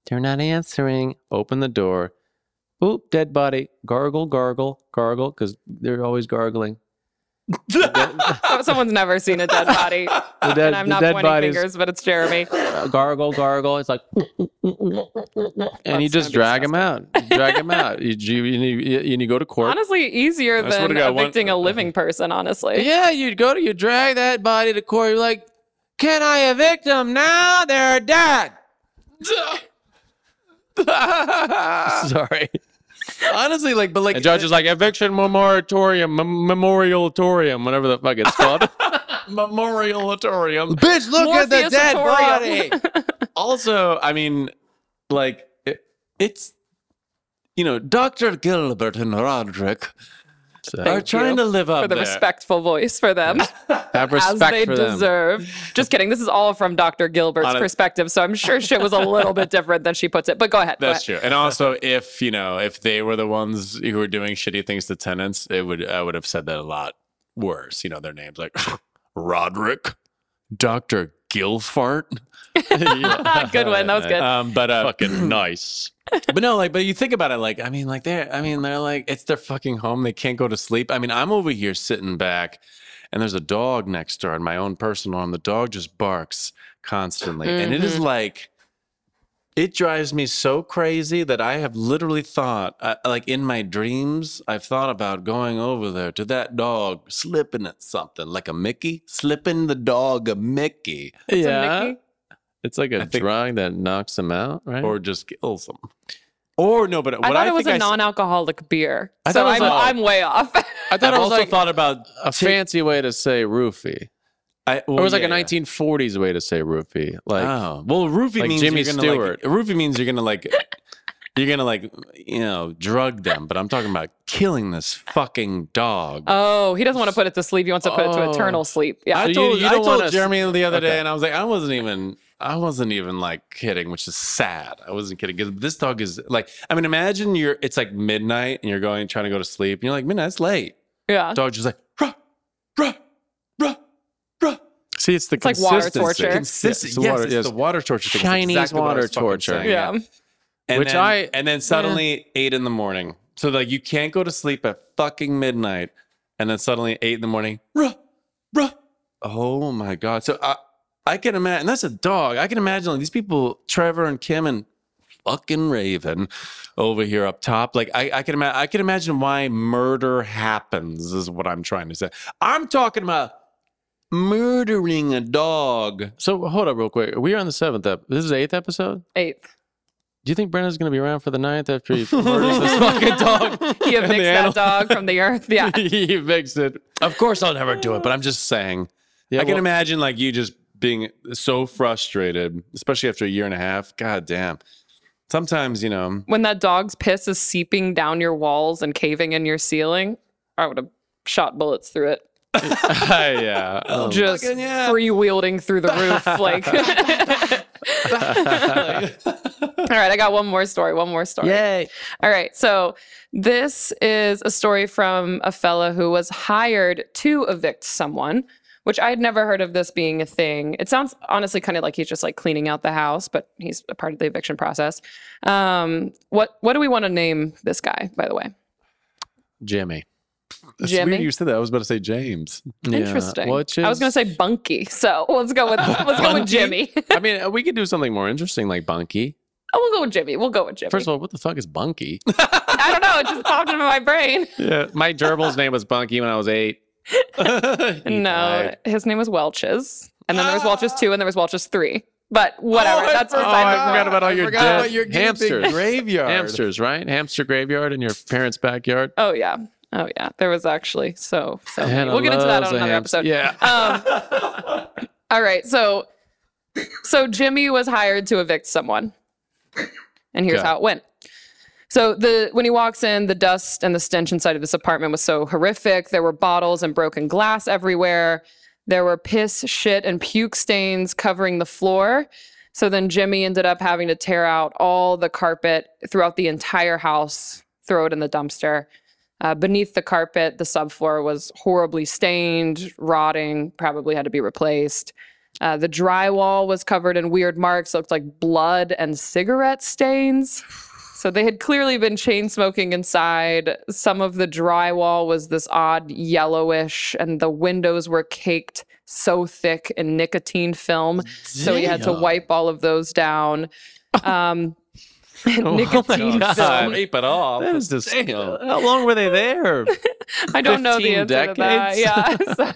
[SPEAKER 10] They're not answering. Open the door. Oop, dead body. Gargle, gargle, gargle, because they're always gargling.
[SPEAKER 11] So- Someone's never seen a dead body.
[SPEAKER 10] The dead,
[SPEAKER 11] and I'm
[SPEAKER 10] the
[SPEAKER 11] not
[SPEAKER 10] dead
[SPEAKER 11] pointing
[SPEAKER 10] bodies
[SPEAKER 11] fingers, but it's Jeremy.
[SPEAKER 10] uh, gargle, gargle. It's like, and
[SPEAKER 11] gonna
[SPEAKER 10] you
[SPEAKER 11] be
[SPEAKER 10] just drag them out. Drag them out. You, you, and you, and you go to court.
[SPEAKER 11] Honestly, easier
[SPEAKER 4] I swear
[SPEAKER 11] than
[SPEAKER 4] to God, one-
[SPEAKER 11] evicting a living person, honestly.
[SPEAKER 10] Yeah, you'd go to you drag that body to court. You're like, can I evict them now? They're dead. Sorry.
[SPEAKER 4] Honestly, like, but like,
[SPEAKER 10] And judge is like eviction moratorium, mem- memorialatorium, whatever the fuck it's called.
[SPEAKER 4] memorialatorium.
[SPEAKER 10] Bitch, look
[SPEAKER 11] Morpheus Auditorium.
[SPEAKER 4] also, I mean, like, it, it's you know, Doctor Gilbert and Roderick are
[SPEAKER 11] Thank
[SPEAKER 4] trying
[SPEAKER 11] you
[SPEAKER 4] to live up
[SPEAKER 11] for the
[SPEAKER 4] there.
[SPEAKER 11] respectful voice for them
[SPEAKER 10] Have
[SPEAKER 11] as
[SPEAKER 10] respect
[SPEAKER 11] they
[SPEAKER 10] for them.
[SPEAKER 11] deserve. Just kidding. This is all from Dr. Gilbert's
[SPEAKER 4] On a-
[SPEAKER 11] perspective, so I'm sure shit was a little bit different than she puts it. But go ahead. go
[SPEAKER 4] That's
[SPEAKER 11] ahead.
[SPEAKER 4] true. And also, if you know, if they were the ones who were doing shitty things to tenants, it would I would have said that a lot worse. You know, their names like Roderick, Doctor Gilfart.
[SPEAKER 11] good one. That was good.
[SPEAKER 4] Um, but uh,
[SPEAKER 10] Fucking nice.
[SPEAKER 4] but no, like, but you think about it, like, I mean, like, they're, I mean, they're like, it's their fucking home. They can't go to sleep. I mean, I'm over here sitting back, and there's a dog next door in my own personal home. The dog just barks constantly, and it
[SPEAKER 11] Mm-hmm.
[SPEAKER 4] is like, it drives me so crazy that I have literally thought, uh, like, in my dreams, I've thought about going over there to that dog, slipping at something, like a Mickey, slipping the dog a Mickey,
[SPEAKER 10] yeah.
[SPEAKER 11] Nikki?
[SPEAKER 10] It's like a
[SPEAKER 4] I think-
[SPEAKER 10] drug that knocks them out, right?
[SPEAKER 4] or just kills them. Or no, but
[SPEAKER 11] I
[SPEAKER 4] what
[SPEAKER 11] thought it was
[SPEAKER 4] think
[SPEAKER 11] a
[SPEAKER 4] I s-
[SPEAKER 11] non-alcoholic beer,
[SPEAKER 4] I
[SPEAKER 11] so
[SPEAKER 4] thought it
[SPEAKER 11] I'm,
[SPEAKER 4] was a-
[SPEAKER 11] I'm way off.
[SPEAKER 10] I thought
[SPEAKER 4] I've
[SPEAKER 10] it was
[SPEAKER 4] also
[SPEAKER 10] like
[SPEAKER 4] thought about
[SPEAKER 10] a fancy way to say roofie.
[SPEAKER 4] I, well,
[SPEAKER 10] Or it was like
[SPEAKER 4] yeah,
[SPEAKER 10] a
[SPEAKER 4] yeah.
[SPEAKER 10] 1940s way to say roofie. Like,
[SPEAKER 4] oh well, roofie
[SPEAKER 10] like
[SPEAKER 4] means
[SPEAKER 10] Jimmy
[SPEAKER 4] you're gonna,
[SPEAKER 10] Stewart.
[SPEAKER 4] Like, roofie means you're gonna like you're gonna like you know drug them. But I'm talking about killing this fucking dog.
[SPEAKER 11] Oh, he doesn't want to put it to sleep. He wants to put it to
[SPEAKER 10] Oh.
[SPEAKER 11] eternal sleep. Yeah.
[SPEAKER 4] I
[SPEAKER 10] you-
[SPEAKER 4] told,
[SPEAKER 10] you
[SPEAKER 4] I
[SPEAKER 10] don't
[SPEAKER 4] told
[SPEAKER 10] wanna-
[SPEAKER 4] Jeremy the other
[SPEAKER 10] Okay.
[SPEAKER 4] day, and I was like, I wasn't even I wasn't even like kidding, which is sad. I wasn't kidding because this dog is like I mean, imagine you're it's like midnight and you're going trying to go to sleep, and you're like midnight's late.
[SPEAKER 11] yeah.
[SPEAKER 4] Dog just like ruh, ruh, ruh, ruh.
[SPEAKER 10] see, it's the
[SPEAKER 11] like water
[SPEAKER 10] consistency.
[SPEAKER 11] torture.
[SPEAKER 4] Consistent,
[SPEAKER 10] It's
[SPEAKER 4] yes,
[SPEAKER 10] the water-
[SPEAKER 4] it's
[SPEAKER 10] yes.
[SPEAKER 4] the water torture thing. It's
[SPEAKER 10] Chinese
[SPEAKER 4] exactly what I was
[SPEAKER 10] water
[SPEAKER 4] fucking
[SPEAKER 10] torture.
[SPEAKER 4] saying.
[SPEAKER 11] yeah.
[SPEAKER 4] And
[SPEAKER 10] Which
[SPEAKER 4] then-
[SPEAKER 10] I-
[SPEAKER 4] and then suddenly eight in the morning. So like you can't go to sleep at fucking midnight, and then suddenly eight in the morning. Ruh, ruh. Oh my god! So I I can imagine that's a dog. I can imagine like, these people, Trevor and Kim and fucking Raven over here up top. Like I, I can imagine I can imagine why murder happens is what I'm trying to say. I'm talking about murdering a dog.
[SPEAKER 10] So hold up, real quick. We are on the seventh ep. This is the eighth episode.
[SPEAKER 11] Eighth.
[SPEAKER 10] Do you think Brenda's going to be around for the ninth after he murders this fucking dog?
[SPEAKER 11] He evicts
[SPEAKER 10] animal-
[SPEAKER 11] that dog from the earth. Yeah.
[SPEAKER 10] he makes it.
[SPEAKER 4] Of course I'll never do it, but I'm just saying.
[SPEAKER 10] Yeah,
[SPEAKER 4] I can
[SPEAKER 10] well,
[SPEAKER 4] imagine like you just being so frustrated, especially after a year and a half. God damn. Sometimes, you know,
[SPEAKER 11] When that dog's piss is seeping down your walls and caving in your ceiling, I would have shot bullets through it.
[SPEAKER 4] yeah. um,
[SPEAKER 11] Just
[SPEAKER 4] fucking yeah.
[SPEAKER 11] free wielding through the roof. Like, all right, I got one more story. One more story.
[SPEAKER 10] Yay!
[SPEAKER 11] All right. So this is a story from a fella who was hired to evict someone, which I had never heard of this being a thing. It sounds honestly kind of like he's just like cleaning out the house, but he's a part of the eviction process. Um, what what do we want to name this guy, by the way?
[SPEAKER 10] Jimmy.
[SPEAKER 4] It's
[SPEAKER 11] Jimmy?
[SPEAKER 4] weird you said that. I was about to say James.
[SPEAKER 10] Yeah,
[SPEAKER 11] Interesting.
[SPEAKER 10] which
[SPEAKER 11] I was gonna
[SPEAKER 10] is-
[SPEAKER 11] say Bunky. So let's go with let's go with Jimmy.
[SPEAKER 10] I mean, uh, we could do something more interesting like Bunky.
[SPEAKER 11] oh, we'll go with Jimmy. We'll go with Jimmy.
[SPEAKER 10] First of all, what the fuck is Bunky?
[SPEAKER 11] I don't know. It just popped into my brain.
[SPEAKER 10] yeah, my gerbil's name was Bunky when I was eight.
[SPEAKER 4] He
[SPEAKER 11] no,
[SPEAKER 4] died.
[SPEAKER 11] his name was Welch's. And then there was Welch's 2 and there was Welch's 3. But whatever. that's
[SPEAKER 4] Ah. oh,
[SPEAKER 11] beside
[SPEAKER 4] I
[SPEAKER 11] the
[SPEAKER 4] forgot
[SPEAKER 11] point.
[SPEAKER 4] about all your
[SPEAKER 10] forgot
[SPEAKER 4] dead
[SPEAKER 10] about your guinea pig
[SPEAKER 4] hamsters.
[SPEAKER 10] graveyard.
[SPEAKER 4] Hamsters, right? Hamster graveyard in your parents' backyard.
[SPEAKER 11] Oh yeah. Oh yeah. There was actually so so many.
[SPEAKER 4] Hannah
[SPEAKER 11] we'll get into that
[SPEAKER 4] loves
[SPEAKER 11] on
[SPEAKER 4] a
[SPEAKER 11] another
[SPEAKER 4] hamster.
[SPEAKER 11] episode.
[SPEAKER 4] Yeah.
[SPEAKER 11] Um, all right. So so Jimmy was hired to evict someone. And here's
[SPEAKER 4] Okay.
[SPEAKER 11] how it went. So the when he walks in, the dust and the stench inside of this apartment was so horrific. There were bottles and broken glass everywhere. There were piss, shit, and puke stains covering the floor. So then Jimmy ended up having to tear out all the carpet throughout the entire house, throw it in the dumpster. Uh, beneath the carpet, the subfloor was horribly stained, rotting, probably had to be replaced. Uh, the drywall was covered in weird marks, looked like blood and cigarette stains. So they had clearly been chain smoking inside. Some of the drywall was this odd yellowish, and the windows were caked so thick in nicotine film. So he had to
[SPEAKER 4] Damn.
[SPEAKER 11] wipe all of those down. Um, nicotine
[SPEAKER 4] Oh God.
[SPEAKER 11] film.
[SPEAKER 4] Rape at all.
[SPEAKER 10] That is just.
[SPEAKER 4] Damn.
[SPEAKER 10] How long were they there?
[SPEAKER 11] I don't know the
[SPEAKER 10] 15
[SPEAKER 11] answer
[SPEAKER 10] decades?
[SPEAKER 11] to that. Yeah, So,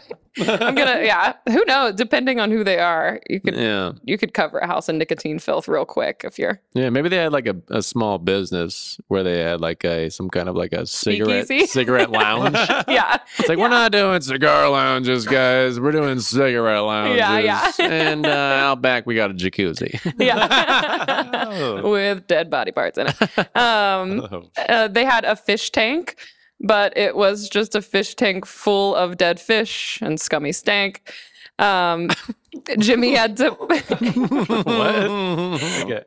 [SPEAKER 11] I'm gonna. Yeah, who knows? Depending on who they are, you could
[SPEAKER 4] Yeah.
[SPEAKER 11] you could cover a house in nicotine filth real quick if you're
[SPEAKER 4] Yeah, maybe they had like a, a small business where they had like a some kind of like a cigarette
[SPEAKER 11] Speakeasy?
[SPEAKER 4] cigarette lounge.
[SPEAKER 11] yeah.
[SPEAKER 4] It's like we're not doing cigar lounges, guys. We're doing cigarette lounges.
[SPEAKER 11] Yeah, yeah.
[SPEAKER 4] And uh, out back we got a jacuzzi.
[SPEAKER 11] yeah.
[SPEAKER 4] Oh.
[SPEAKER 11] With dead body parts in it. Um, uh, they had a fish tank, but it was just a fish tank full of dead fish and scummy stank. Um, Jimmy had to.
[SPEAKER 4] Oh.
[SPEAKER 11] You're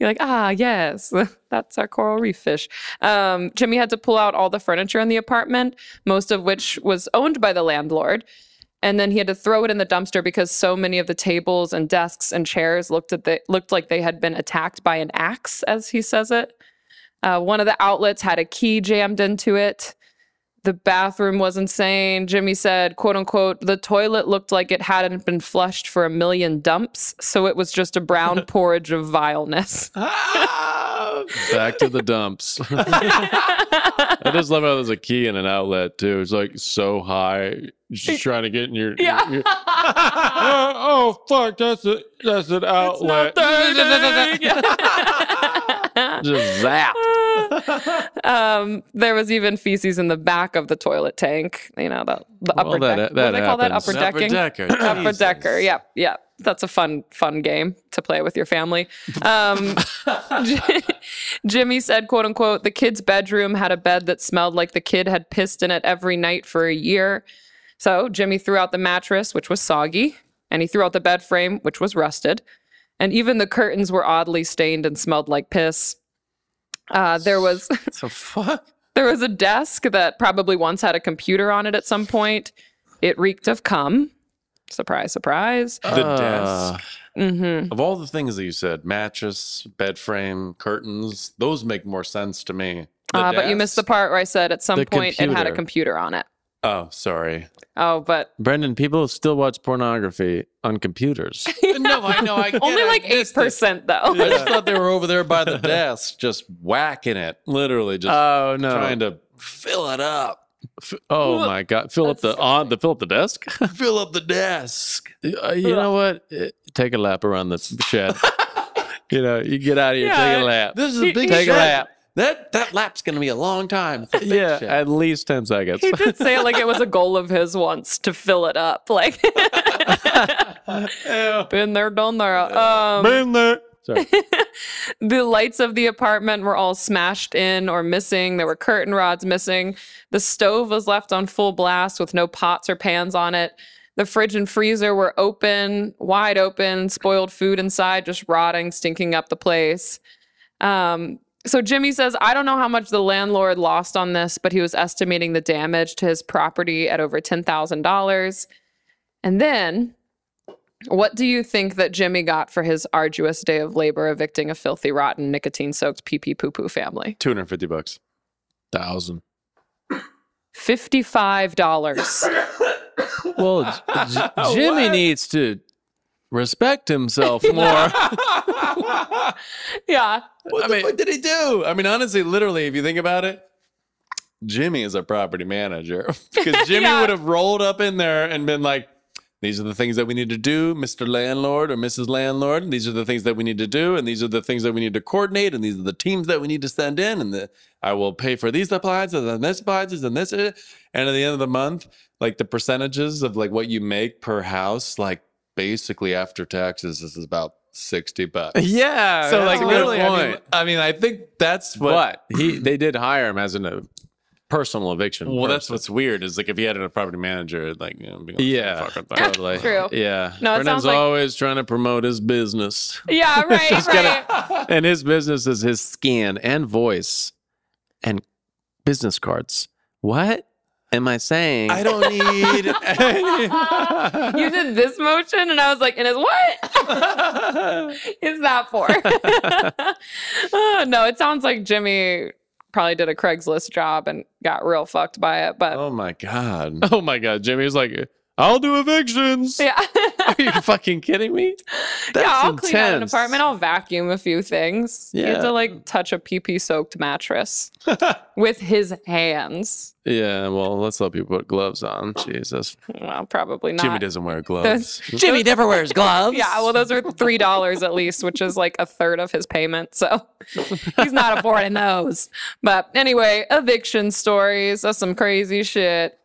[SPEAKER 11] like, ah, yes, that's our coral reef fish. Um, Jimmy had to pull out all the furniture in the apartment, most of which was owned by the landlord. And then he had to throw it in the dumpster because so many of the tables and desks and chairs looked at the, looked like they had been attacked by an axe, as he says it. Uh, one of the outlets had a key jammed into it. The bathroom was insane. Jimmy said, quote unquote, the toilet looked like it hadn't been flushed for a million dumps, so it was just a brown porridge of vileness.
[SPEAKER 4] Ah! back to the dumps. I just love how there's a key and an outlet too. It's like so high, just trying to get in your.
[SPEAKER 11] Yeah.
[SPEAKER 4] your- Uh, oh fuck! That's a that's an outlet. just zap.
[SPEAKER 11] um, there was even feces in the back of the toilet tank. You know, the, the upper
[SPEAKER 4] Well, that- uh,
[SPEAKER 11] deck.
[SPEAKER 4] that
[SPEAKER 11] what do they call that?
[SPEAKER 4] happens.
[SPEAKER 11] Upper
[SPEAKER 4] Upper
[SPEAKER 11] decking.
[SPEAKER 10] Decker.
[SPEAKER 11] Upper decker. Yeah, yeah. That's a fun, fun game to play with your family. Um, J- Jimmy said, "quote unquote," the kid's bedroom had a bed that smelled like the kid had pissed in it every night for a year. So Jimmy threw out the mattress, which was soggy, and he threw out the bed frame, which was rusted, and even the curtains were oddly stained and smelled like piss. Uh, there was
[SPEAKER 10] So fuck.
[SPEAKER 11] there was a desk that probably once had a computer on it at some point. It reeked of cum. Surprise, surprise.
[SPEAKER 10] Ah.
[SPEAKER 4] The desk.
[SPEAKER 11] Mm-hmm.
[SPEAKER 4] Of all the things that you said, mattress, bed frame, curtains, those make more sense to me. The
[SPEAKER 11] Uh, but you missed the
[SPEAKER 4] desk?
[SPEAKER 11] part where I said at some
[SPEAKER 4] The
[SPEAKER 11] point it had a
[SPEAKER 4] computer.
[SPEAKER 11] computer on it.
[SPEAKER 4] Oh, sorry.
[SPEAKER 11] Oh, but
[SPEAKER 10] Brendan, people still watch pornography on computers.
[SPEAKER 4] no, I know. I
[SPEAKER 11] only like eight percent though.
[SPEAKER 4] I just thought they were over there by the desk, just whacking it, literally, just
[SPEAKER 10] Oh no!
[SPEAKER 4] trying to fill it up,
[SPEAKER 10] oh my God! Fill up the on the fill up the desk.
[SPEAKER 4] fill up the desk.
[SPEAKER 10] Uh, you know what? Uh, Take a lap around the shed. you know, you get out of here, take
[SPEAKER 11] Yeah.
[SPEAKER 10] a lap.
[SPEAKER 4] This is a big
[SPEAKER 10] Take a
[SPEAKER 4] shed.
[SPEAKER 10] lap.
[SPEAKER 4] That that lap's gonna be a long time. It's a big
[SPEAKER 10] yeah,
[SPEAKER 4] shed.
[SPEAKER 10] at least ten seconds.
[SPEAKER 11] He did say it like it was a goal of his once to fill it up. Like been there, done there. Um,
[SPEAKER 10] Been there. Sorry.
[SPEAKER 11] the lights of the apartment were all smashed in or missing. There were curtain rods missing. The stove was left on full blast with no pots or pans on it. The fridge and freezer were open, wide open, spoiled food inside, just rotting, stinking up the place. Um, so Jimmy says, I don't know how much the landlord lost on this, but he was estimating the damage to his property at over $10,000. And then what do you think that Jimmy got for his arduous day of labor evicting a filthy, rotten, nicotine soaked pee pee poo poo family?
[SPEAKER 4] Two hundred fifty bucks.
[SPEAKER 10] Thousand.
[SPEAKER 11] $55.
[SPEAKER 10] Well, J- J- Jimmy needs to respect himself more.
[SPEAKER 11] yeah.
[SPEAKER 4] What the fuck did he do? I mean, honestly, literally, if you think about it,
[SPEAKER 2] Jimmy is a property manager because Jimmy
[SPEAKER 11] Yeah.
[SPEAKER 2] would have rolled up in there and been like, these are the things that we need to do, Mr. Landlord or Mrs. Landlord. and These are the things that we need to do, and these are the things that we need to coordinate, and these are the teams that we need to send in, and the, I will pay for these appliances and this appliances and this. uh, And at the end of the month, like the percentages of like what you make per house, like basically after taxes, this is about sixty bucks.
[SPEAKER 4] Yeah.
[SPEAKER 2] So
[SPEAKER 4] that's
[SPEAKER 2] like
[SPEAKER 4] a good
[SPEAKER 2] literally, I mean,
[SPEAKER 4] point.
[SPEAKER 2] I mean, I think that's what.
[SPEAKER 4] but he they did hire him as an, a personal eviction.
[SPEAKER 2] Well, that's
[SPEAKER 4] person.
[SPEAKER 2] what's weird is like if he had a property manager, like you know, be like,
[SPEAKER 4] Yeah,
[SPEAKER 2] fuck with that.
[SPEAKER 4] totally.
[SPEAKER 11] True.
[SPEAKER 4] Yeah.
[SPEAKER 11] No, it
[SPEAKER 4] Bernard's
[SPEAKER 11] sounds like-
[SPEAKER 4] always trying to promote his business,
[SPEAKER 11] Yeah, right,
[SPEAKER 4] Just
[SPEAKER 11] right.
[SPEAKER 4] and his business is his skin and voice, and business cards. What am I saying?
[SPEAKER 2] I don't need.
[SPEAKER 11] you did this motion, and I was like, and it's what is that for? Oh, no, it sounds like Jimmy probably did a Craigslist job and got real fucked by it. But
[SPEAKER 2] oh my god!
[SPEAKER 4] Oh my god, Jimmy's like, I'll do evictions.
[SPEAKER 11] yeah,
[SPEAKER 4] Are you fucking kidding me? That's
[SPEAKER 11] yeah, I'll
[SPEAKER 4] intense.
[SPEAKER 11] clean out an apartment. I'll vacuum a few things. You have
[SPEAKER 4] Yeah.
[SPEAKER 11] to like touch a pee pee soaked mattress with his hands.
[SPEAKER 4] Yeah, well, let's let people put gloves on. Jesus.
[SPEAKER 11] Well, probably not.
[SPEAKER 2] Jimmy doesn't wear gloves.
[SPEAKER 4] Jimmy never wears gloves.
[SPEAKER 11] Yeah, well, those are three dollars at least, which is like a third of his payment. So he's not affording those. But anyway, eviction stories. That's some crazy shit.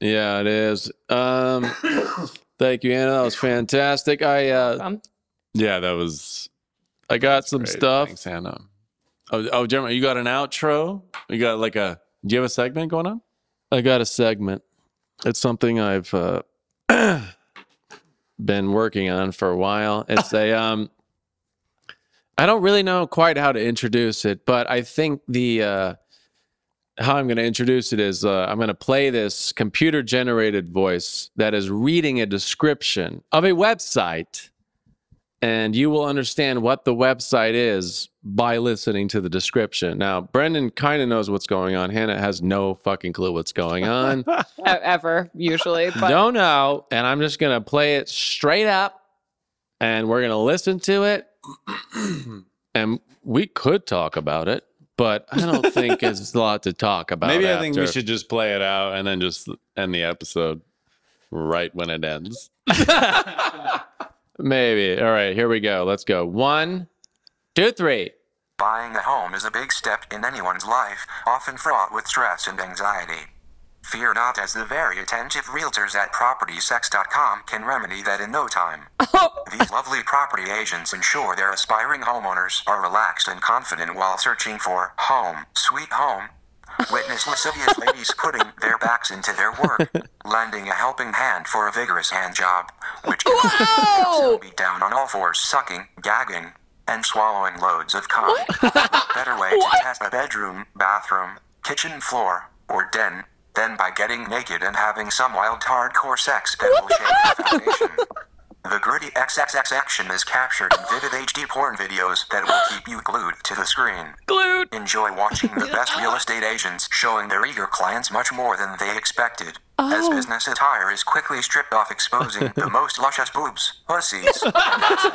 [SPEAKER 4] Yeah, it is. Um thank you, Anna. That was fantastic. I uh
[SPEAKER 11] Um,
[SPEAKER 2] yeah, that was
[SPEAKER 4] I got some
[SPEAKER 2] great.
[SPEAKER 4] stuff.
[SPEAKER 2] Thanks, Hannah. Oh, oh, Jeremy, you got an outro? You got like a? Do you have a segment going on?
[SPEAKER 4] I got a segment. It's something I've uh been working on for a while. It's a um I don't really know quite how to introduce it, but I think the uh how I'm going to introduce it is uh, I'm going to play this computer generated voice that is reading a description of a website, and you will understand what the website is by listening to the description. Now, Brendan kind of knows what's going on. Hannah has no fucking clue what's going on.
[SPEAKER 11] e- ever usually, but
[SPEAKER 4] don't know. And I'm just going to play it straight up, and we're going to listen to it. And we could talk about it, but I don't think it's a lot to talk about.
[SPEAKER 2] Maybe I think we
[SPEAKER 4] after.
[SPEAKER 2] should just play it out and then just end the episode right when it ends.
[SPEAKER 4] Maybe. All right, here we go. Let's go. One, two, three.
[SPEAKER 6] Buying a home is a big step in anyone's life, often fraught with stress and anxiety. Fear not, as the very attentive realtors at PropertySex.com can remedy that in no time. These lovely property agents ensure their aspiring homeowners are relaxed and confident while searching for home, sweet home. Witness lascivious ladies putting their backs into their work, lending a helping hand for a vigorous hand job, which
[SPEAKER 11] Whoa!
[SPEAKER 6] be down on all fours, sucking, gagging, and swallowing loads of cum. Better way
[SPEAKER 11] What?
[SPEAKER 6] to test a bedroom, bathroom, kitchen floor, or den than by getting naked and having some wild hardcore sex that will shake the foundation. The gritty XXX action is captured in vivid HD porn videos that will keep you glued to the screen.
[SPEAKER 11] glued.
[SPEAKER 6] Enjoy watching the best real estate agents showing their eager clients much more than they expected. As business attire is quickly stripped off, exposing the most luscious boobs, pussies. and asses.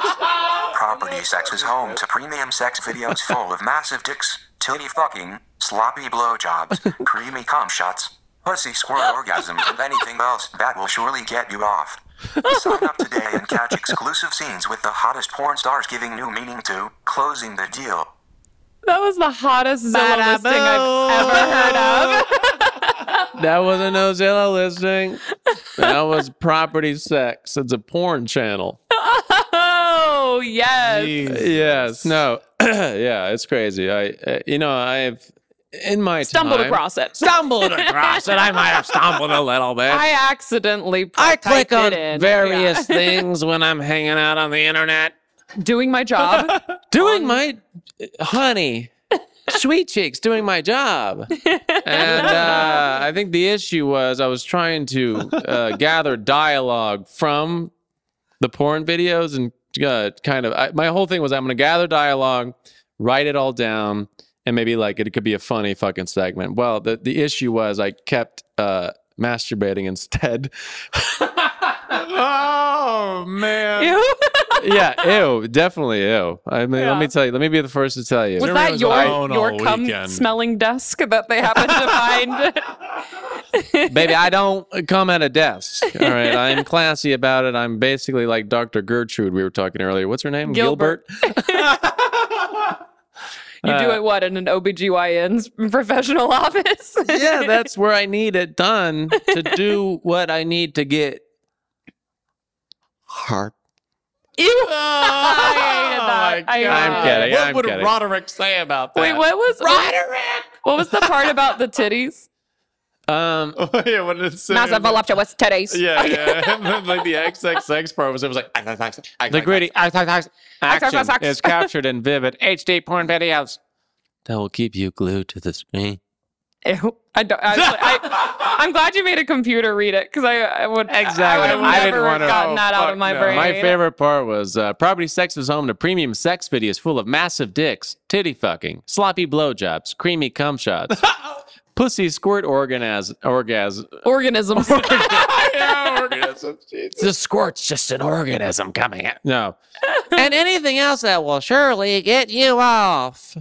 [SPEAKER 6] Property sex is home to premium sex videos full of massive dicks, titty fucking, sloppy blowjobs, creamy cum shots, pussy squirrel orgasms, and anything else that will surely get you off. Sign up today and catch exclusive scenes with the hottest porn stars giving new meaning to closing the deal.
[SPEAKER 11] That was the hottest Zillow listing I've ever heard of.
[SPEAKER 4] That wasn't no Zillow listing. That was property sex. It's a porn channel.
[SPEAKER 11] Oh yes.
[SPEAKER 4] Yes. No. yeah, it's crazy. I, uh, you know, I've in my
[SPEAKER 11] Stumbled
[SPEAKER 4] time-
[SPEAKER 11] across it.
[SPEAKER 4] stumbled across it. I might have stumbled a little bit.
[SPEAKER 11] I accidentally
[SPEAKER 4] I click
[SPEAKER 11] typed
[SPEAKER 4] on
[SPEAKER 11] it in.
[SPEAKER 4] various
[SPEAKER 11] Yeah.
[SPEAKER 4] things when I'm hanging out on the internet.
[SPEAKER 11] doing my job.
[SPEAKER 4] doing my honey sweet cheeks doing my job and uh, i think the issue was i was trying to uh, gather dialogue from the porn videos and uh, kind of I, my whole thing was i'm going to gather dialogue write it all down and maybe like it could be a funny fucking segment well the, the issue was i kept uh, masturbating instead
[SPEAKER 2] Oh man!
[SPEAKER 11] Ew.
[SPEAKER 4] yeah, ew, definitely ew. I mean,
[SPEAKER 11] Yeah.
[SPEAKER 4] let me tell you. Let me be the first to tell you.
[SPEAKER 11] Was
[SPEAKER 10] Everybody
[SPEAKER 11] that
[SPEAKER 10] was
[SPEAKER 11] your
[SPEAKER 10] alone
[SPEAKER 11] your
[SPEAKER 10] all
[SPEAKER 11] cum
[SPEAKER 10] weekend.
[SPEAKER 11] smelling desk that they happened to find?
[SPEAKER 4] Baby, I don't come at a desk. All right, I'm classy about it. I'm basically like Dr. Gertrude. We were talking earlier. What's her name?
[SPEAKER 11] Gilbert. you do
[SPEAKER 4] Uh,
[SPEAKER 11] it what in an OBGYN's professional office?
[SPEAKER 4] yeah, that's where I need it done to do what I need to get. Heart.
[SPEAKER 11] Ew. I hated that. I hated
[SPEAKER 4] I'm
[SPEAKER 11] that.
[SPEAKER 4] kidding.
[SPEAKER 10] What
[SPEAKER 4] I'm
[SPEAKER 10] would
[SPEAKER 4] kidding.
[SPEAKER 10] Roderick say about that?
[SPEAKER 11] Wait, what was Roderick? What was the part about the titties?
[SPEAKER 4] Um,
[SPEAKER 10] Oh, yeah, what did it say?
[SPEAKER 11] Voluptuous was titties.
[SPEAKER 10] Yeah, yeah. And then, like the XXX part was it was like
[SPEAKER 4] the gritty action
[SPEAKER 11] action
[SPEAKER 4] is
[SPEAKER 11] is
[SPEAKER 4] captured in vivid HD porn videos that will keep you glued to the screen.
[SPEAKER 11] Ew. I don't, I, I, I'm glad you made a computer read it because I, I would
[SPEAKER 4] Exactly.
[SPEAKER 11] I, would have
[SPEAKER 4] I
[SPEAKER 11] never
[SPEAKER 4] didn't wanna-
[SPEAKER 11] gotten that
[SPEAKER 10] oh,
[SPEAKER 11] out
[SPEAKER 10] fuck
[SPEAKER 11] of my
[SPEAKER 10] no.
[SPEAKER 11] brain.
[SPEAKER 4] My favorite part was uh, Property Sex is home to premium sex videos full of massive dicks, titty fucking, sloppy blowjobs, creamy cum shots, pussy squirt organaz- orgasm.
[SPEAKER 11] organisms.
[SPEAKER 4] The squirt's just an organism coming out. No. and anything else that will surely get you off.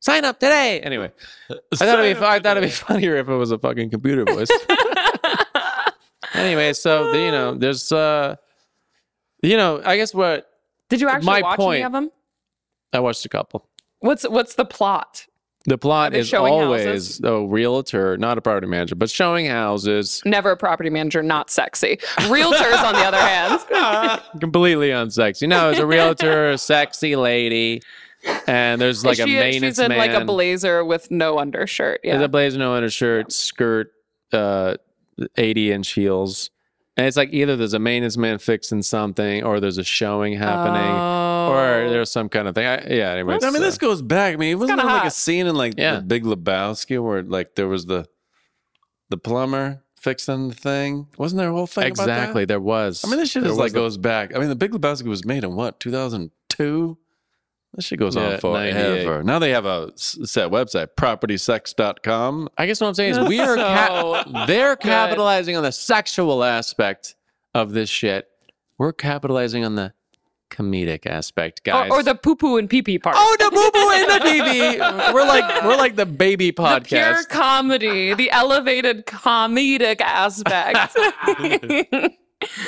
[SPEAKER 4] Sign up today. Anyway, I thought it'd be, fu- I thought it'd be funnier if it was a fucking computer voice. anyway, so, you know, there's, uh, you know, I guess what
[SPEAKER 11] Did you actually
[SPEAKER 4] My
[SPEAKER 11] watch
[SPEAKER 4] point-
[SPEAKER 11] any of them?
[SPEAKER 4] I watched a couple.
[SPEAKER 11] What's what's the plot?
[SPEAKER 4] The plot
[SPEAKER 11] They're
[SPEAKER 4] is
[SPEAKER 11] showing
[SPEAKER 4] always
[SPEAKER 11] houses.
[SPEAKER 4] a realtor, not a property manager, but showing houses.
[SPEAKER 11] Never a property manager, not sexy. Realtors, on the other hand,
[SPEAKER 4] Completely unsexy. No, it's a realtor, a sexy lady, and there's like
[SPEAKER 11] She-
[SPEAKER 4] a maintenance
[SPEAKER 11] she's in
[SPEAKER 4] man.
[SPEAKER 11] like a blazer with no undershirt.
[SPEAKER 4] There's
[SPEAKER 11] Yeah,
[SPEAKER 4] a blazer, no undershirt, skirt, uh, 80 inch heels. And it's like either there's a maintenance man fixing something, or there's a showing happening, or
[SPEAKER 11] Oh.
[SPEAKER 4] there's some kind of thing. I, yeah, anyway.
[SPEAKER 10] I mean,
[SPEAKER 4] so-
[SPEAKER 10] this goes back. I mean, it wasn't
[SPEAKER 11] kinda
[SPEAKER 10] there like a
[SPEAKER 11] hot.
[SPEAKER 10] scene in like
[SPEAKER 4] Yeah.
[SPEAKER 10] the Big Lebowski where like there was the the plumber fixing the thing. Wasn't there a whole thing about that?
[SPEAKER 4] exactly. There was.
[SPEAKER 10] I mean, this shit
[SPEAKER 4] There
[SPEAKER 10] is like
[SPEAKER 4] was a-
[SPEAKER 10] goes back. I mean, the Big Lebowski was made in what 2002. That shit goes
[SPEAKER 4] Yeah,
[SPEAKER 10] on
[SPEAKER 4] 98.
[SPEAKER 10] forever. Now they have a s- set website, propertysex.com.
[SPEAKER 4] I guess what I'm saying is we are ca- they're capitalizing on the sexual aspect of this shit. We're capitalizing on the comedic aspect, guys.
[SPEAKER 11] or, or the poo poo and pee pee part.
[SPEAKER 4] oh the boo boo in the TV. We're like we're like the baby
[SPEAKER 11] the pure
[SPEAKER 4] podcast.
[SPEAKER 11] comedy, the elevated comedic aspect.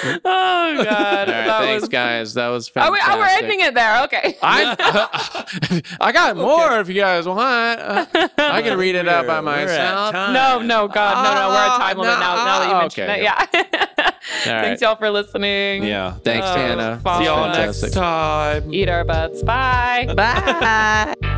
[SPEAKER 11] oh god,
[SPEAKER 4] All right,
[SPEAKER 11] that
[SPEAKER 4] thanks,
[SPEAKER 11] was.
[SPEAKER 4] guys. That was
[SPEAKER 11] Oh,
[SPEAKER 4] fantastic.
[SPEAKER 11] wait, oh, we're ending it there. Okay.
[SPEAKER 4] I I got more if you guys want. Uh, I can read it out by
[SPEAKER 10] We're at
[SPEAKER 4] myself.
[SPEAKER 10] time. Ah,
[SPEAKER 11] No, no, God, no, no. We're at time
[SPEAKER 4] Oh,
[SPEAKER 11] limit now. Now that you
[SPEAKER 4] no,
[SPEAKER 11] mentioned
[SPEAKER 4] okay.
[SPEAKER 11] it, yeah.
[SPEAKER 4] right.
[SPEAKER 11] Thanks y'all for listening.
[SPEAKER 10] Yeah.
[SPEAKER 4] Thanks,
[SPEAKER 11] Oh,
[SPEAKER 4] Hannah.
[SPEAKER 11] fun.
[SPEAKER 10] See Uh, y'all
[SPEAKER 4] Fantastic.
[SPEAKER 10] next time.
[SPEAKER 11] Eat our butts. Bye.
[SPEAKER 4] Bye.